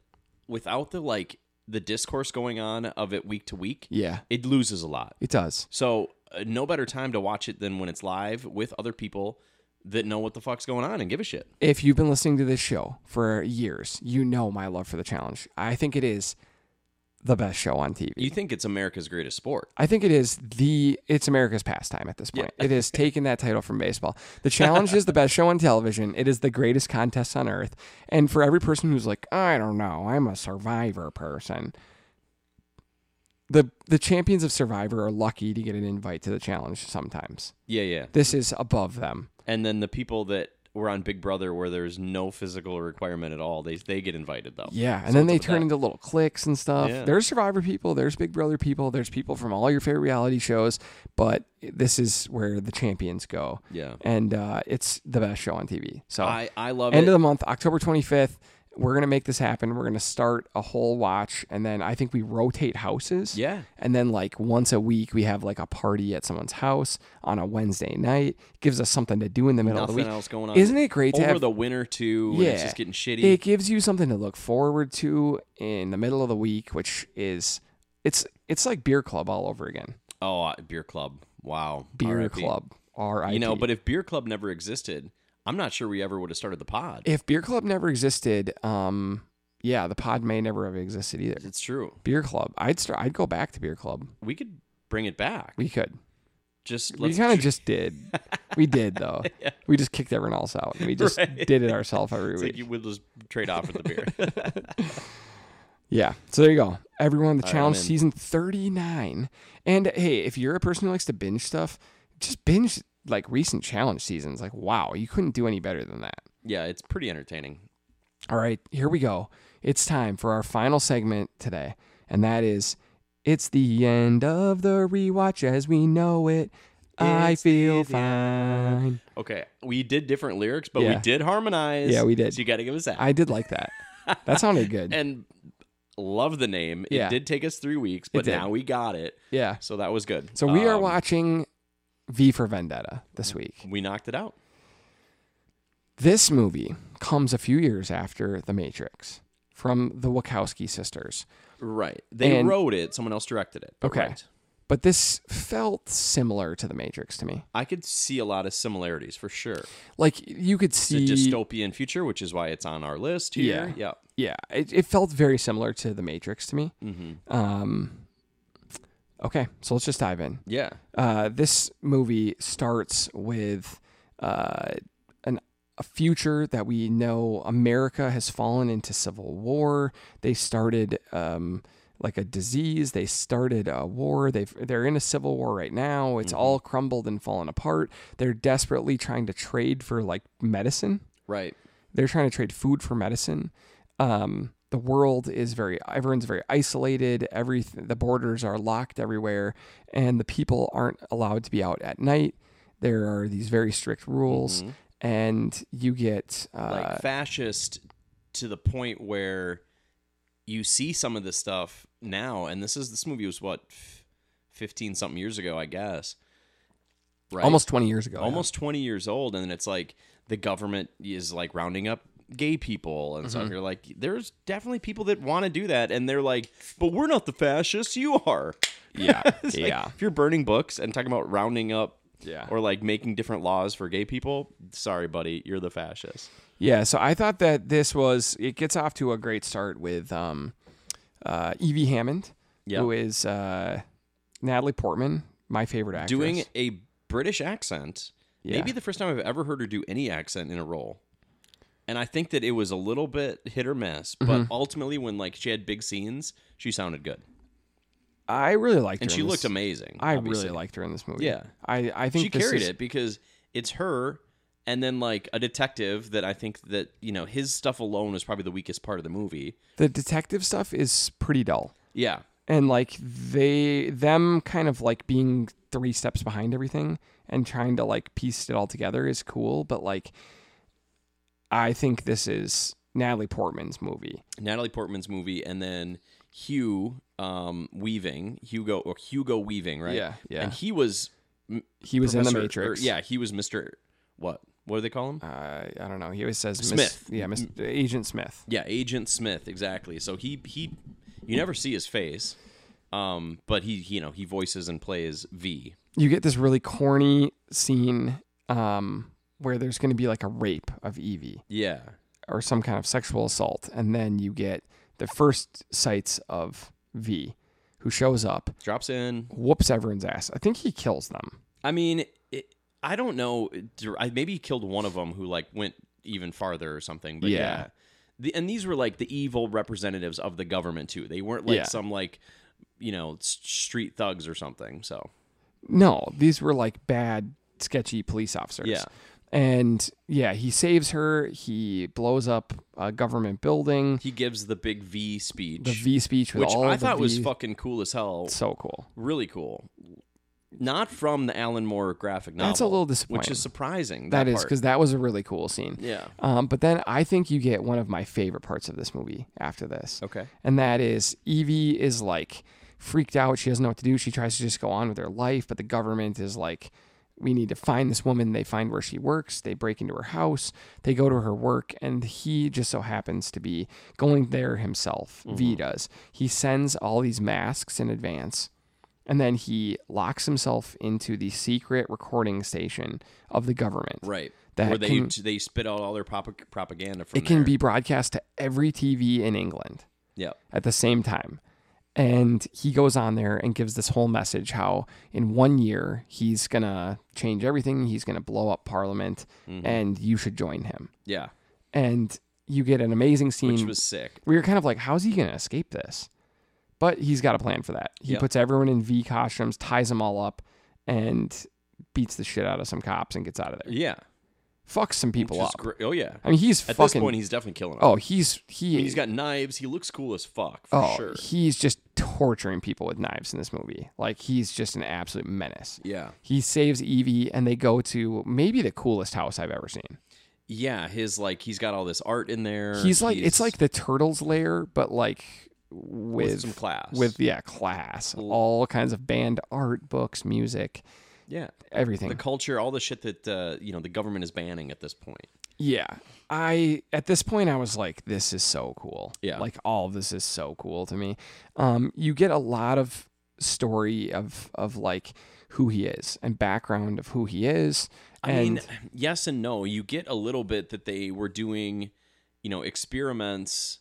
S2: without the like the discourse going on of it week to week
S1: yeah
S2: it loses a lot
S1: it does
S2: so uh, no better time to watch it than when it's live with other people that know what the fuck's going on and give a shit
S1: if you've been listening to this show for years you know my love for the challenge i think it is the best show on tv
S2: you think it's america's greatest sport
S1: I think it is the it's America's pastime at this point. It has taken that title from baseball. The challenge is the best show on television. It is the greatest contest on earth. And for every person who's like, I don't know, I'm a survivor person. The the champions of Survivor are lucky to get an invite to the challenge sometimes.
S2: yeah yeah
S1: This is above them.
S2: and then the people that were on big brother where there's no physical requirement at all they they get invited though
S1: Yeah, and then they
S2: what's up with
S1: turn
S2: that?
S1: into little cliques and stuff.
S2: Yeah.
S1: There's Survivor people, there's Big Brother people, there's people from all your favorite reality shows, but this is where the champions go.
S2: Yeah.
S1: and uh, it's the best show on TV. So
S2: i i love
S1: end
S2: it
S1: of the month, October 25th, we're gonna make this happen. We're gonna start a whole watch, and then I think we rotate houses.
S2: yeah
S1: And then, like once a week, we have like a party at someone's house on a Wednesday night. Gives us something to do in the middle
S2: nothing
S1: of the week.
S2: else going on
S1: Oh, Isn't it great to
S2: over
S1: have
S2: the winter too when it's just getting shitty
S1: it gives you something to look forward to in the middle of the week, which is it's it's like beer club all over again.
S2: oh uh, beer club wow
S1: Beer
S2: R.I.P..
S1: club, R I.
S2: You know, but if Beer Club never existed, I'm not sure we ever would have started the pod.
S1: if beer club never existed, um, yeah, the pod may never have existed either.
S2: It's true.
S1: Beer club, I'd start. I'd go back to beer club.
S2: We could bring it back.
S1: We could.
S2: just
S1: We
S2: let's
S1: kind of
S2: tr-
S1: just did. We did though. We just kicked everyone else out. and We just
S2: Right.
S1: did it ourselves every
S2: it's
S1: week.
S2: like you would just trade off with the beer.
S1: Yeah. So there you go. Everyone, the
S2: right, I'm
S1: challenge
S2: in.
S1: season 39. And hey, if you're a person who likes to binge stuff, just binge like recent challenge seasons. Like, wow, you couldn't do any better than that.
S2: yeah, it's pretty entertaining.
S1: All right, here we go. It's time for our final segment today. And that is it's the end of the rewatch as we know it. I
S2: It's
S1: feel
S2: the
S1: fine.
S2: Okay, we did different lyrics, but we
S1: Yeah.
S2: did harmonize.
S1: Yeah, we did.
S2: So you got to give us that.
S1: I did like that. That sounded good.
S2: and love the name. It
S1: Yeah.
S2: did take us three weeks, but
S1: did.
S2: now we got it.
S1: Yeah.
S2: So that was good.
S1: So we are
S2: Um,
S1: watching V for Vendetta this week.
S2: We knocked it out.
S1: This movie comes a few years after The Matrix from the Wachowski sisters.
S2: Right. They
S1: And-
S2: wrote it. Someone else directed it. but
S1: Okay.
S2: right.
S1: But this felt similar to The Matrix to me.
S2: I could see a lot of similarities for sure.
S1: Like you could see
S2: It's a dystopian future, which is why it's on our list here. Yeah.
S1: yeah, it, it felt very similar to The Matrix to me. Um, okay, so let's just dive in.
S2: Yeah.
S1: Uh, this movie starts with uh, an, a future that we know America has fallen into civil war. They started um, like a disease. They started a war. They've, they're in a civil war right now. It's all crumbled and fallen apart. They're desperately trying to trade for like medicine
S2: Right.
S1: they're trying to trade food for medicine. Um, the world is very everyone's very isolated. Every the borders are locked everywhere, and the people aren't allowed to be out at night. There are these very strict rules, and you get
S2: Mm-hmm. Like
S1: uh,
S2: fascist to the point where you see some of this stuff now, and this is this movie was what fifteen something years ago, I guess. Right.
S1: almost twenty years ago. yeah.
S2: almost 20 years old and it's like the government is like rounding up gay people and
S1: Mm-hmm.
S2: stuff. you're like there's definitely people that want to do that and they're like but we're not the fascists you are
S1: yeah,
S2: It's like,
S1: yeah,
S2: if you're burning books and talking about rounding up
S1: Yeah.
S2: or like making different laws for gay people sorry buddy you're the fascist
S1: yeah. So I thought that this was it gets off to a great start with um, uh, Evie Hammond,
S2: Yeah.
S1: who is uh, Natalie Portman, my favorite actress.
S2: doing a british accent
S1: Yeah.
S2: maybe the first time i've ever heard her do any accent in a role and i think that it was a little bit hit or miss but
S1: Mm-hmm.
S2: ultimately when like she had big scenes she sounded good
S1: I really liked,
S2: and
S1: her
S2: she
S1: in this.
S2: looked amazing.
S1: I
S2: obviously.
S1: really liked her in this movie.
S2: Yeah.
S1: I, I think
S2: she
S1: this
S2: carried
S1: is-
S2: it because it's her, and then like a detective that I think that you know his stuff alone was probably the weakest part of the movie.
S1: The detective stuff is pretty dull,
S2: Yeah,
S1: and like they them kind of like being three steps behind everything and trying to like piece it all together is cool, but like I think this is Natalie Portman's movie.
S2: Natalie Portman's movie, and then Hugh um, Weaving, Hugo or Hugo Weaving, right?
S1: Yeah, yeah.
S2: And he was m-
S1: He was in
S2: Professor-
S1: the Matrix.
S2: or- yeah, he was Mister. What? What do they call him?
S1: Uh, I don't know. He always says Miss-
S2: Smith. Mm.
S1: yeah, Miss, Agent Smith.
S2: Yeah, Agent Smith, exactly. So he he you never see his face. Um, but he you know, he voices and plays V.
S1: You get this really corny scene um, where there's going to be like a rape of Evie.
S2: Yeah.
S1: or some kind of sexual assault, and then you get the first sights of V, who shows up,
S2: Drops in.
S1: whoops everyone's ass. I think he kills them.
S2: I mean, it, I don't know. dir- I maybe he killed one of them who like went even farther or something. But yeah.
S1: Yeah.
S2: The, and these were like the evil representatives of the government too. They weren't like
S1: Yeah.
S2: some like you know s- street thugs or something. So
S1: No, these were like bad, sketchy police officers.
S2: Yeah.
S1: And yeah, he saves her. He blows up a government building.
S2: he gives the big V speech,
S1: The V speech with
S2: which
S1: all
S2: I
S1: of the
S2: thought was
S1: V-
S2: fucking cool as hell.
S1: so cool.
S2: Really cool. Not from the Alan Moore graphic novel.
S1: That's a little
S2: which
S1: disappointing.
S2: is surprising.
S1: That is
S2: part.
S1: because that was a really cool scene.
S2: yeah.
S1: Um, but then I think you get one of my favorite parts of this movie after this.
S2: Okay.
S1: And that is Evie is like freaked out. She doesn't know what to do. She tries to just go on with her life, but the government is like, we need to find this woman. They find where she works. They break into her house. They go to her work. And he just so happens to be going there himself.
S2: Mm-hmm.
S1: V does. He sends all these masks in advance. And then he locks himself into the secret recording station of the government.
S2: Right.
S1: That
S2: Where they
S1: can-
S2: they spit out all their prop- propaganda from
S1: It can
S2: there.
S1: be broadcast to every TV in England.
S2: Yeah.
S1: at the same time. And he goes on there and gives this whole message how in one year he's going to change everything. He's going to blow up Parliament
S2: Mm-hmm.
S1: and you should join him.
S2: Yeah.
S1: And you get an amazing
S2: Which
S1: scene.
S2: was sick.
S1: we were kind of like, how's he going to escape this? But he's got a plan for that. He
S2: Yep.
S1: puts everyone in V costumes, ties them all up, and beats the shit out of some cops and gets out of there.
S2: Yeah.
S1: Fucks some
S2: Which
S1: people
S2: is
S1: up.
S2: gr- oh yeah.
S1: I mean, he's
S2: At this
S1: fucking.
S2: point, he's definitely killing. 'em.
S1: oh, he's he.
S2: I mean, he's got knives. He looks cool as fuck for
S1: Oh,
S2: sure.
S1: he's just torturing people with knives in this movie. Like he's just an absolute menace.
S2: Yeah.
S1: He saves Evie and they go to maybe the coolest house I've ever seen.
S2: Yeah. His like he's got all this art in there.
S1: He's like it's like the turtles lair but like with,
S2: some class.
S1: With yeah, class. All kinds of band art, books, music.
S2: Yeah.
S1: everything.
S2: The culture, all the shit that uh, you know the government is banning at this point.
S1: Yeah. I at this point I was like, this is so cool.
S2: Yeah.
S1: Like all of this is so cool to me. Um, you get a lot of story of of like who he is and background of who he is.
S2: I
S1: and
S2: mean, yes and no. You get a little bit that they were doing, you know, experiments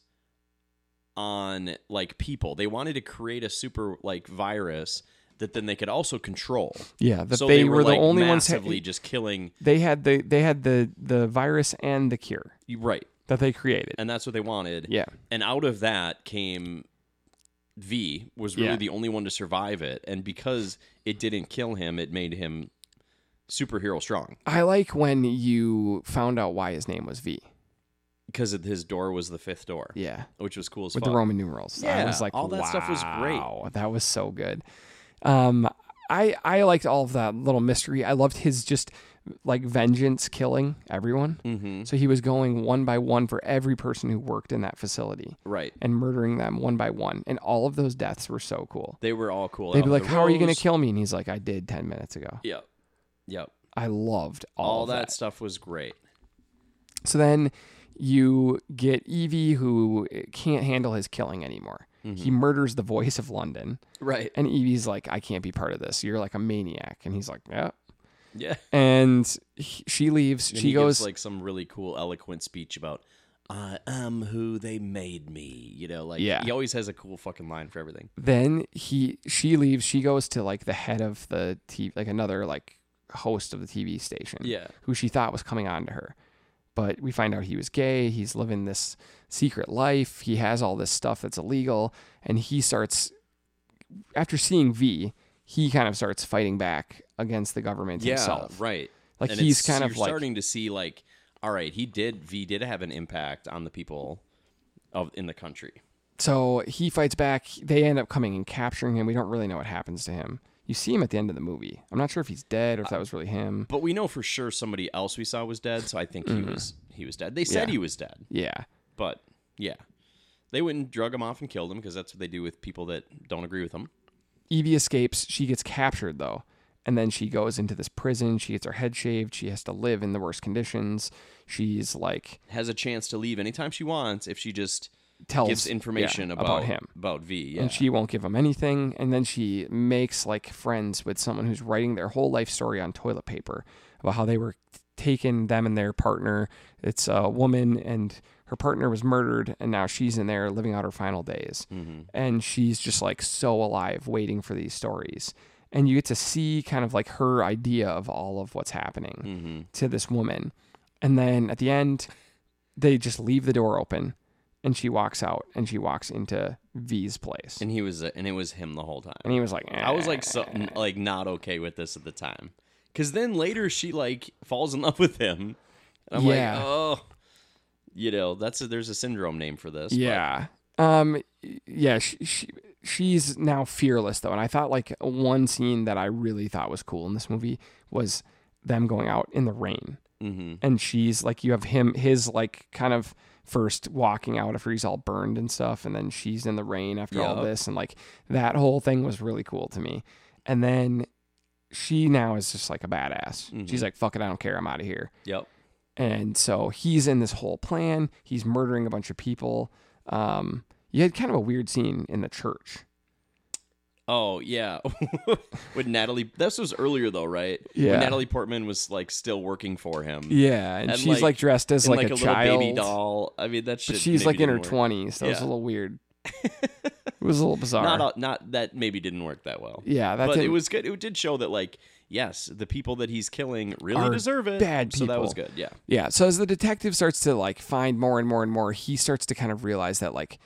S2: on like people. They wanted to create a super like virus that then they could also control.
S1: yeah, that
S2: so
S1: they, were,
S2: like,
S1: the only ones ha-
S2: massively just killing.
S1: they had the they had the the virus and the cure
S2: Right,
S1: that they created.
S2: and that's what they wanted.
S1: yeah.
S2: and out of that came V was really
S1: Yeah.
S2: the only one to survive it, and because it didn't kill him, it made him superhero strong
S1: I like when you found out why his name was V.
S2: because his door was the fifth door,
S1: Yeah.
S2: which was cool as
S1: with
S2: fuck.
S1: the Roman numerals. I
S2: Yeah,
S1: was like,
S2: all that stuff was great.
S1: "Wow, That was so good. Um, I I liked all of that little mystery. I loved his just like vengeance killing everyone.
S2: mm-hmm.
S1: So he was going one by one for every person who worked in that facility
S2: Right,
S1: and murdering them one by one. And all of those deaths were so cool.
S2: they were all cool.
S1: They'd be
S2: Out
S1: like,
S2: of the
S1: "How are you going
S2: rose.
S1: to kill me?" And he's like, "I did ten minutes ago."
S2: Yep, yep.
S1: I loved all,
S2: All,
S1: of
S2: that,
S1: that.
S2: stuff was great.
S1: So then you get Evie, who can't handle his killing anymore.
S2: Mm-hmm.
S1: He murders the voice of London.
S2: Right.
S1: And Evie's like, I can't be part of this. You're like a maniac. And he's like, yeah.
S2: Yeah.
S1: And he- she leaves.
S2: And
S1: she
S2: he
S1: goes,
S2: gives, like some really cool, eloquent speech about. I am who they made me, you know. Like,
S1: Yeah. Mm.
S2: he always has a cool fucking line for everything.
S1: then he, she leaves. She goes to like the head of the TV, like another like host of the TV station.
S2: Yeah.
S1: Who she thought was coming on to her. But we find out he was gay. He's living this secret life. He has all this stuff that's illegal. And he starts, after seeing V, he kind of starts fighting back against the government himself.
S2: right.
S1: Like,
S2: And
S1: he's
S2: it's-
S1: kind
S2: you're
S1: of like,
S2: starting to see like, all right, he did V did have an impact on the people of in the country.
S1: So he fights back. They end up coming and capturing him. We don't really know what happens to him. You see him at the end of the movie. I'm not sure if he's dead or if that was really him.
S2: But we know for sure somebody else we saw was dead, so I think he was he was dead. They said
S1: Mm-hmm. Yeah.
S2: he was dead,
S1: Yeah.
S2: but yeah, they went and drug him off and killed him because that's what they do with people that don't agree with them.
S1: Evie escapes. She gets captured though. And then she goes into this prison. She gets her head shaved. She has to live in the worst conditions. She's like
S2: Has a chance to leave anytime she wants if she just
S1: tells
S2: gives information
S1: yeah,
S2: about,
S1: him. Oh,
S2: about V. Yeah,
S1: And she won't give him anything. And then she makes like friends with someone who's writing their whole life story on toilet paper about how they were taken, them and their partner. It's a woman, and her partner was murdered, and now she's in there living out her final days.
S2: Mm-hmm.
S1: And she's just like so alive, waiting for these stories. And you get to see kind of like her idea of all of what's happening
S2: Mm-hmm.
S1: to this woman. And then at the end, they just leave the door open and she walks out and she walks into V's place.
S2: and he was uh, and it was him the whole time.
S1: And he was like, "Eh."
S2: I was like so, like not okay with this at the time. Cause then later she like falls in love with him. And I'm
S1: Yeah.
S2: like, oh you know, that's a, there's a syndrome name for this. but-
S1: Yeah. Um. Yeah. She, she she's now fearless though, and I thought like one scene that I really thought was cool in this movie was them going out in the rain,
S2: mhm.
S1: and she's like, you have him, his like kind of first walking out after he's all burned and stuff, and then she's in the rain after all
S2: Yup.
S1: this, and like that whole thing was really cool to me, and then. She now is just like a badass.
S2: Mm-hmm.
S1: She's like, fuck it, I don't care. I'm out of here.
S2: Yep.
S1: And so he's in this whole plan. He's murdering a bunch of people. Um, you had kind of a weird scene in the church.
S2: Oh yeah. With Natalie this was earlier though, right?
S1: Yeah.
S2: When Natalie Portman was like still working for him.
S1: Yeah, and,
S2: And,
S1: she's like,
S2: like-
S1: dressed as
S2: And,
S1: like,
S2: like,
S1: a,
S2: a,
S1: child.
S2: little baby doll. I mean that shit.
S1: But she's
S2: maybe
S1: like in her
S2: didn't work.
S1: twenties. That was a
S2: Yeah.
S1: little weird. it was a little bizarre.
S2: Not all- not that maybe didn't work that well.
S1: yeah, that
S2: but it
S1: didn't-
S2: was good. It did show that like, yes, the people that he's killing really
S1: Are
S2: deserve it.
S1: bad
S2: So that was
S1: people.
S2: good. Yeah.
S1: Yeah. So as the detective starts to like find more and more and more, he starts to kind of realize that like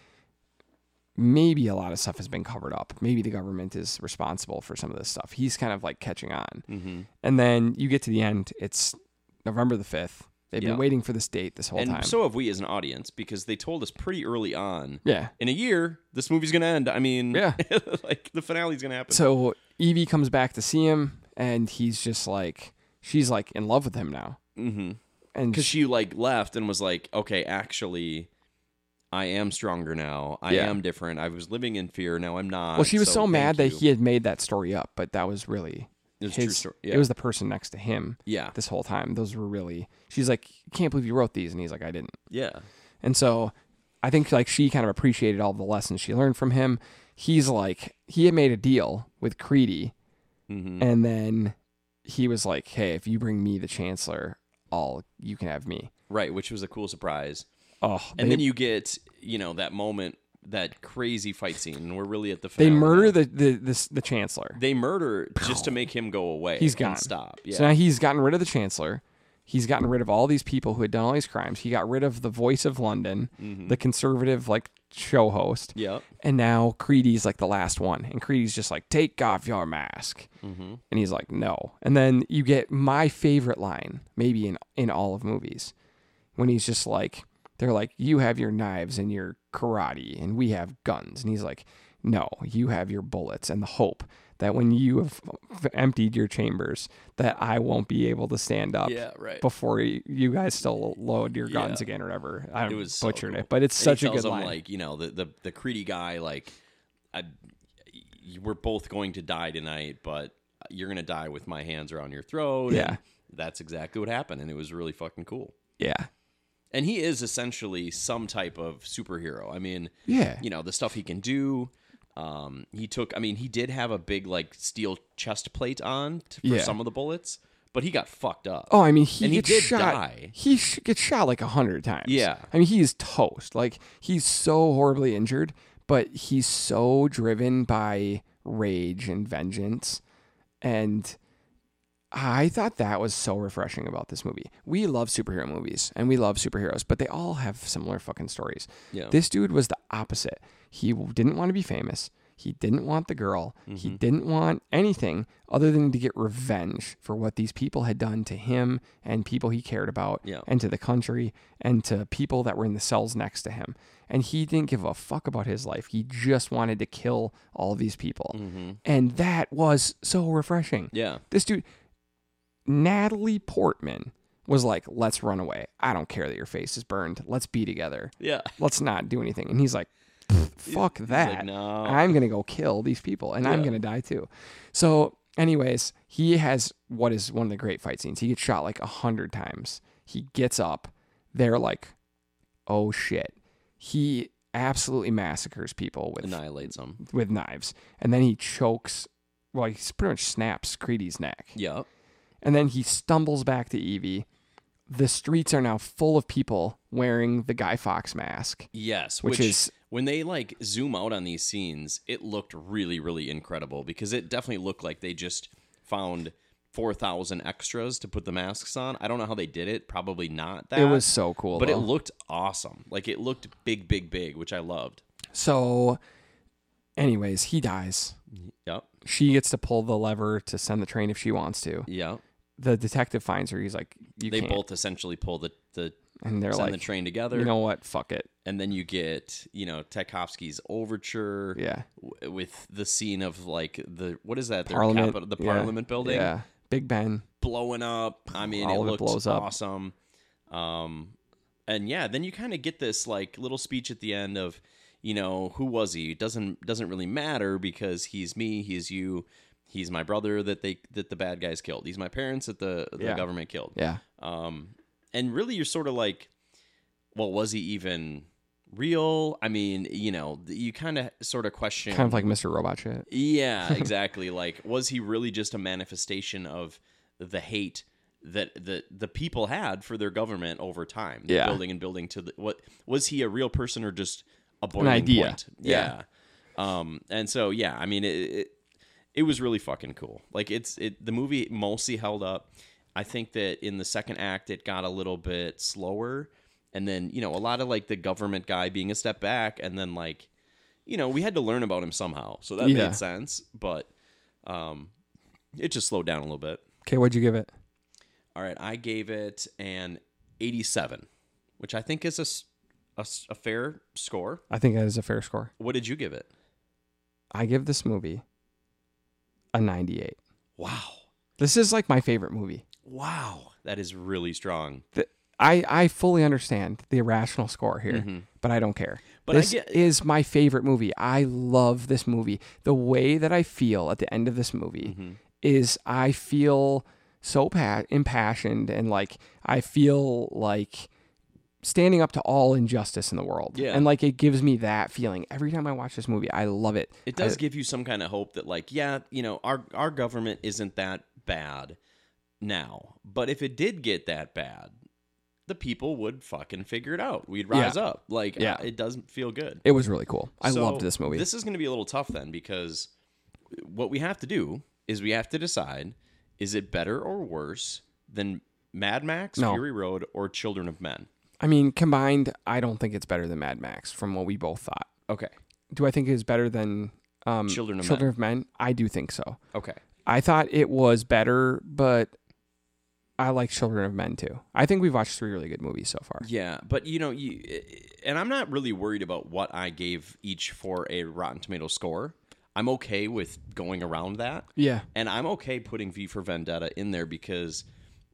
S1: maybe a lot of stuff has been covered up. Maybe the government is responsible for some of this stuff. He's kind of like catching on.
S2: Mm-hmm.
S1: And then you get to the end. It's November the fifth. They've
S2: Yeah.
S1: been waiting for this date this whole
S2: and
S1: time.
S2: so have we as an audience because they told us pretty early on
S1: yeah.
S2: in a year this movie's gonna end i mean
S1: Yeah.
S2: like the finale's gonna happen
S1: So Evie comes back to see him, and he's just like she's like in love with him now.
S2: mm-hmm.
S1: And
S2: because she like left and was like okay actually i am stronger now i
S1: Yeah.
S2: am different i was living in fear now i'm not
S1: well, she was so,
S2: thank
S1: mad that
S2: you."
S1: he had made that story up, but that was really
S2: It's a true
S1: his
S2: story.
S1: it
S2: Yeah.
S1: was the person next to him
S2: yeah.
S1: this whole time. Those were really she's like, Can't believe you wrote these and he's like, I didn't.
S2: Yeah.
S1: And so I think like she kind of appreciated all the lessons she learned from him. He's like he had made a deal with Creedy
S2: hmm
S1: and then he was like, Hey, if you bring me the Chancellor, I'll you can have me.
S2: Right, which was a cool surprise.
S1: Oh
S2: And
S1: they,
S2: then you get, you know, that moment, that crazy fight scene, and we're really at the
S1: they
S2: finale.
S1: murder the the this, the Chancellor.
S2: They murder just to make him go away.
S1: He's
S2: and
S1: gone.
S2: Stop. Yeah.
S1: So now he's gotten rid of the Chancellor. He's gotten rid of all these people who had done all these crimes. He got rid of the voice of London, the conservative like show host.
S2: yeah.
S1: And now Creedy's like the last one. And Creedy's just like, take off your mask.
S2: Mm-hmm.
S1: And he's like, no. And then you get my favorite line, maybe in, in all of movies, when he's just like, they're like, you have your knives and your karate, and we have guns. And he's like, no, you have your bullets and the hope that when you have f- emptied your chambers, that I won't be able to stand up
S2: Yeah, right.
S1: before you, you guys still load your guns
S2: Yeah.
S1: again or whatever. I'm
S2: It was so
S1: butchering
S2: cool.
S1: it, but it's
S2: And he
S1: such a
S2: tells
S1: good
S2: him,
S1: line.
S2: Like you know, the the the Creedy guy, like, I, y- we're both going to die tonight, but you're gonna die with my hands around your throat.
S1: Yeah.
S2: and that's exactly what happened, and it was really fucking cool.
S1: yeah.
S2: And he is essentially some type of superhero. I mean,
S1: Yeah.
S2: you know the stuff he can do. Um, he took. I mean, he did have a big like steel chest plate on t- for
S1: Yeah.
S2: some of the bullets, but he got fucked up.
S1: Oh, I mean, he
S2: And he
S1: gets
S2: did
S1: shot.
S2: die.
S1: He sh- gets shot like a hundred times.
S2: Yeah.
S1: I mean, he is toast. Like he's so horribly injured, but he's so driven by rage and vengeance, and I thought that was so refreshing about this movie. We love superhero movies and we love superheroes, but they all have similar fucking stories.
S2: Yeah.
S1: This dude was the opposite. He w- didn't want to be famous. He didn't want the girl. He
S2: Mm-hmm.
S1: didn't want anything other than to get revenge for what these people had done to him and people he cared about
S2: Yeah.
S1: and to the country and to people that were in the cells next to him. And he didn't give a fuck about his life. He just wanted to kill all these people.
S2: Mm-hmm.
S1: And that was so refreshing.
S2: yeah,
S1: This dude, Natalie Portman, was like, let's run away. I don't care that your face is burned. Let's be together.
S2: yeah.
S1: Let's not do anything. And he's like, "Pff, fuck that.
S2: no.
S1: I'm going to go kill these people and I'm
S2: Yeah.
S1: going to die too. So, anyways, he has what is one of the great fight scenes. He gets shot like a hundred times. He gets up. They're like, oh shit. He absolutely massacres people with
S2: Annihilates him.
S1: with knives. And then he chokes, well, he pretty much snaps Creedy's neck.
S2: Yeah.
S1: And then he stumbles back to Evie. The streets are now full of people wearing the Guy Fox mask.
S2: Yes,
S1: Which
S2: which,
S1: is-
S2: is when they like zoom out on these scenes, it looked really, really incredible because it definitely looked like they just found four thousand extras to put the masks on. I don't know how they did it. Probably not that.
S1: It was so cool.
S2: but it
S1: though.
S2: looked awesome. Like it looked big, big, big, which I loved.
S1: so, anyways, he dies.
S2: Yep.
S1: She gets to pull the lever to send the train if she wants to.
S2: Yep.
S1: The detective finds her. He's like, "You
S2: They
S1: can't."
S2: both essentially pull the the
S1: and they're
S2: send
S1: like,
S2: the train together,
S1: "You know what? Fuck it."
S2: and then you get you know Tchaikovsky's overture.
S1: Yeah.
S2: w- With the scene of like the what is that? Their
S1: Parliament.
S2: capital- the
S1: yeah,
S2: Parliament building.
S1: Yeah. Big Ben.
S2: blowing up. I mean,
S1: All
S2: it
S1: of it
S2: looked
S1: blows up.
S2: awesome. Um, and yeah, then you kind of get this like little speech at the end of, you know, who was he? It doesn't doesn't really matter because he's me, he's you, he's my brother that they that the bad guys killed. He's my parents that the the
S1: Yeah.
S2: government killed.
S1: Yeah.
S2: Um, and really, you're sort of like, well, was he even real? I mean, you know, you kind of sort of question
S1: Kind of like Mr. Robot shit.
S2: yeah, exactly. like, was he really just a manifestation of the hate that the the people had for their government over time?
S1: Yeah.
S2: building and building to the what was he a real person or just a boiling
S1: idea.
S2: point? Yeah. Um. And so yeah, I mean it. it it was really fucking cool. Like it's it the movie mostly held up. I think that in the second act it got a little bit slower and then, you know, a lot of like the government guy being a step back and then like you know, we had to learn about him somehow. So that
S1: Yeah.
S2: made sense, but um it just slowed down a little bit.
S1: Okay, what'd you give it?
S2: All right, I gave it an 87, which I think is a s- a s- a fair score.
S1: I think that is a fair score.
S2: What did you give it?
S1: I give this movie a 98.
S2: Wow.
S1: This is like my favorite movie.
S2: Wow. That is really strong.
S1: Th- I, I fully understand the irrational score here, but I don't care.
S2: Mm-hmm. But I
S1: this
S2: get-
S1: is my
S2: Mm-hmm.
S1: favorite movie. I love this movie. The way that I feel at the end of this movie is I feel so pa- impassioned and like I feel like standing up to all injustice in the world.
S2: Yeah.
S1: And like it gives me that feeling every time I watch this movie. I love it.
S2: It does
S1: I-
S2: give you some kind of hope that, like, yeah, you know, our our government isn't that bad now, but if it did get that bad, the people would fucking figure it out. We'd rise up. Like,
S1: Yeah.
S2: yeah. it doesn't feel good.
S1: it was really cool. I
S2: So,
S1: loved this movie.
S2: This is going to be a little tough then because what we have to do is we have to decide is it better or worse than Mad Max,
S1: No.
S2: Fury Road, or Children of Men?
S1: I mean, combined, I don't think it's better than Mad Max from what we both thought.
S2: Okay.
S1: Do I think it is better than um,
S2: Children of
S1: Children of Men? I do think so.
S2: Okay.
S1: I thought it was better, but I like Children of Men too. I think we've watched three really good movies so far.
S2: Yeah, but you know, you eh, and I'm not really worried about what I gave each for a Rotten Tomato score. I'm okay with going around that,
S1: Yeah.
S2: and I'm okay putting V for Vendetta in there because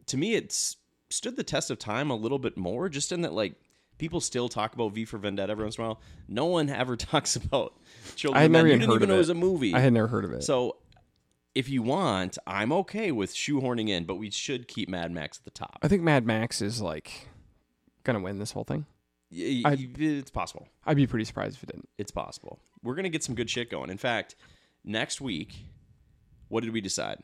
S2: to me it's stood the test of time a little bit more just in that like people still talk about V for Vendetta every once in a while. No one ever talks about Children
S1: I
S2: of Men.
S1: never
S2: You
S1: even
S2: didn't
S1: heard of
S2: even know
S1: it.
S2: it was a movie.
S1: I had never heard of it.
S2: so if you want, I'm okay with shoehorning in, but we should keep Mad Max at the top.
S1: I think Mad Max is like gonna win this whole thing.
S2: Y-
S1: I-
S2: y- it's possible.
S1: I'd be pretty surprised if it didn't.
S2: It's possible. We're gonna get some good shit going. In fact, next week, what did we decide?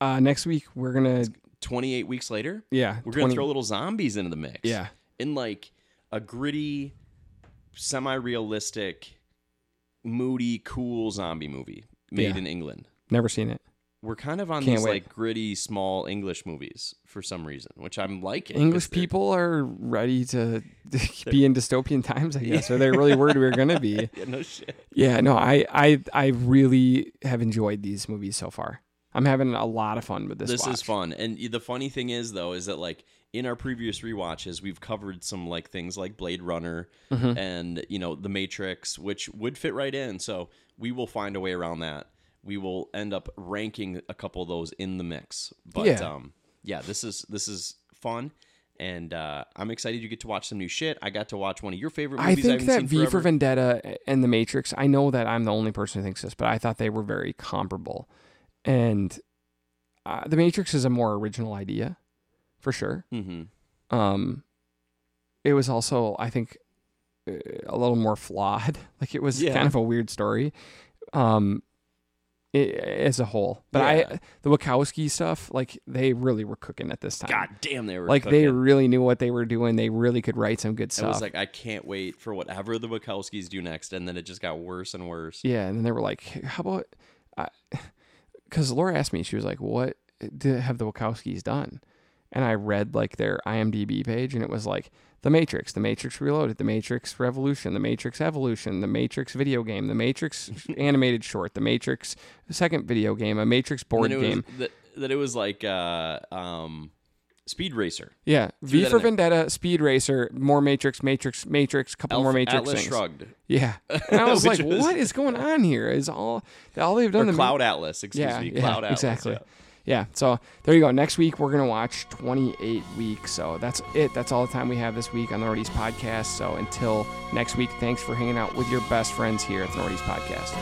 S1: Uh, next week we're gonna
S2: Twenty eight weeks later,
S1: yeah
S2: we're gonna throw little zombies into the mix.
S1: yeah
S2: in like a gritty, semi realistic, moody, cool zombie movie made
S1: Yeah.
S2: in England.
S1: never seen it.
S2: We're kind of on
S1: Can't
S2: these
S1: wait.
S2: like gritty, small English movies for some reason, which I'm liking. 'cause
S1: English
S2: they're-
S1: people are ready to be in dystopian times, I guess, or they're really worried we're gonna be.
S2: Yeah, no shit.
S1: Yeah, no, I I I really have enjoyed these movies so far. I'm having a lot of fun with this.
S2: this
S1: watch.
S2: is fun and y- the funny thing is though is that like in our previous rewatches we've covered some like things like blade runner
S1: Mm-hmm.
S2: and you know the matrix which would fit right in so we will find a way around that we will end up ranking a couple of those in the mix but
S1: Yeah.
S2: um yeah this is this is fun and uh, i'm excited you get to watch some new shit i got to watch one of your favorite
S1: I
S2: movies
S1: think
S2: haven't
S1: that
S2: seen
S1: V for
S2: forever.
S1: Vendetta and The Matrix. I know that I'm the only person who thinks this, but I thought they were very comparable. And uh, The Matrix is a more original idea, for sure.
S2: Mhm.
S1: Um, it was also, I think, uh, a little more flawed. Like it was
S2: Yeah.
S1: kind of a weird story, um, i as a whole. But
S2: Yeah.
S1: I, the Wachowski stuff, like they really were cooking at this time.
S2: god damn they were
S1: like they
S2: cooking.
S1: really knew what they were doing. They really could write some good
S2: I
S1: stuff.
S2: was like, I can't wait for whatever the Wachowskis do next, and then it just got worse and worse.
S1: Yeah, and then they were like, "Hey, "How about?" Because Laura asked me, she was like, "What did, have the Wachowskis done?" And I read like their IMDb page, and it was like The Matrix, The Matrix Reloaded, The Matrix Revolution, The Matrix Evolution, The Matrix video game, The Matrix animated short, The Matrix second video game, a Matrix board
S2: that it
S1: game.
S2: Was, that, that it was like uh, um, Speed Racer.
S1: yeah, V
S2: that
S1: for
S2: in there.
S1: Vendetta, Speed Racer, more Matrix, Matrix, Matrix, couple more
S2: Alpha-
S1: Matrix
S2: Atlas
S1: things.
S2: Shrugged.
S1: Yeah, and I was
S2: Which
S1: like,
S2: was-
S1: "What is going on here? Is all all they've done
S2: Or
S1: the
S2: Cloud Atlas, excuse me. Cloud Atlas.
S1: exactly.
S2: yeah.
S1: Yeah, so there you go. Next week we're gonna watch 28 weeks. So that's it. That's all the time we have this week on the Nordies Podcast. So until next week, thanks for hanging out with your best friends here at the Nordies Podcast.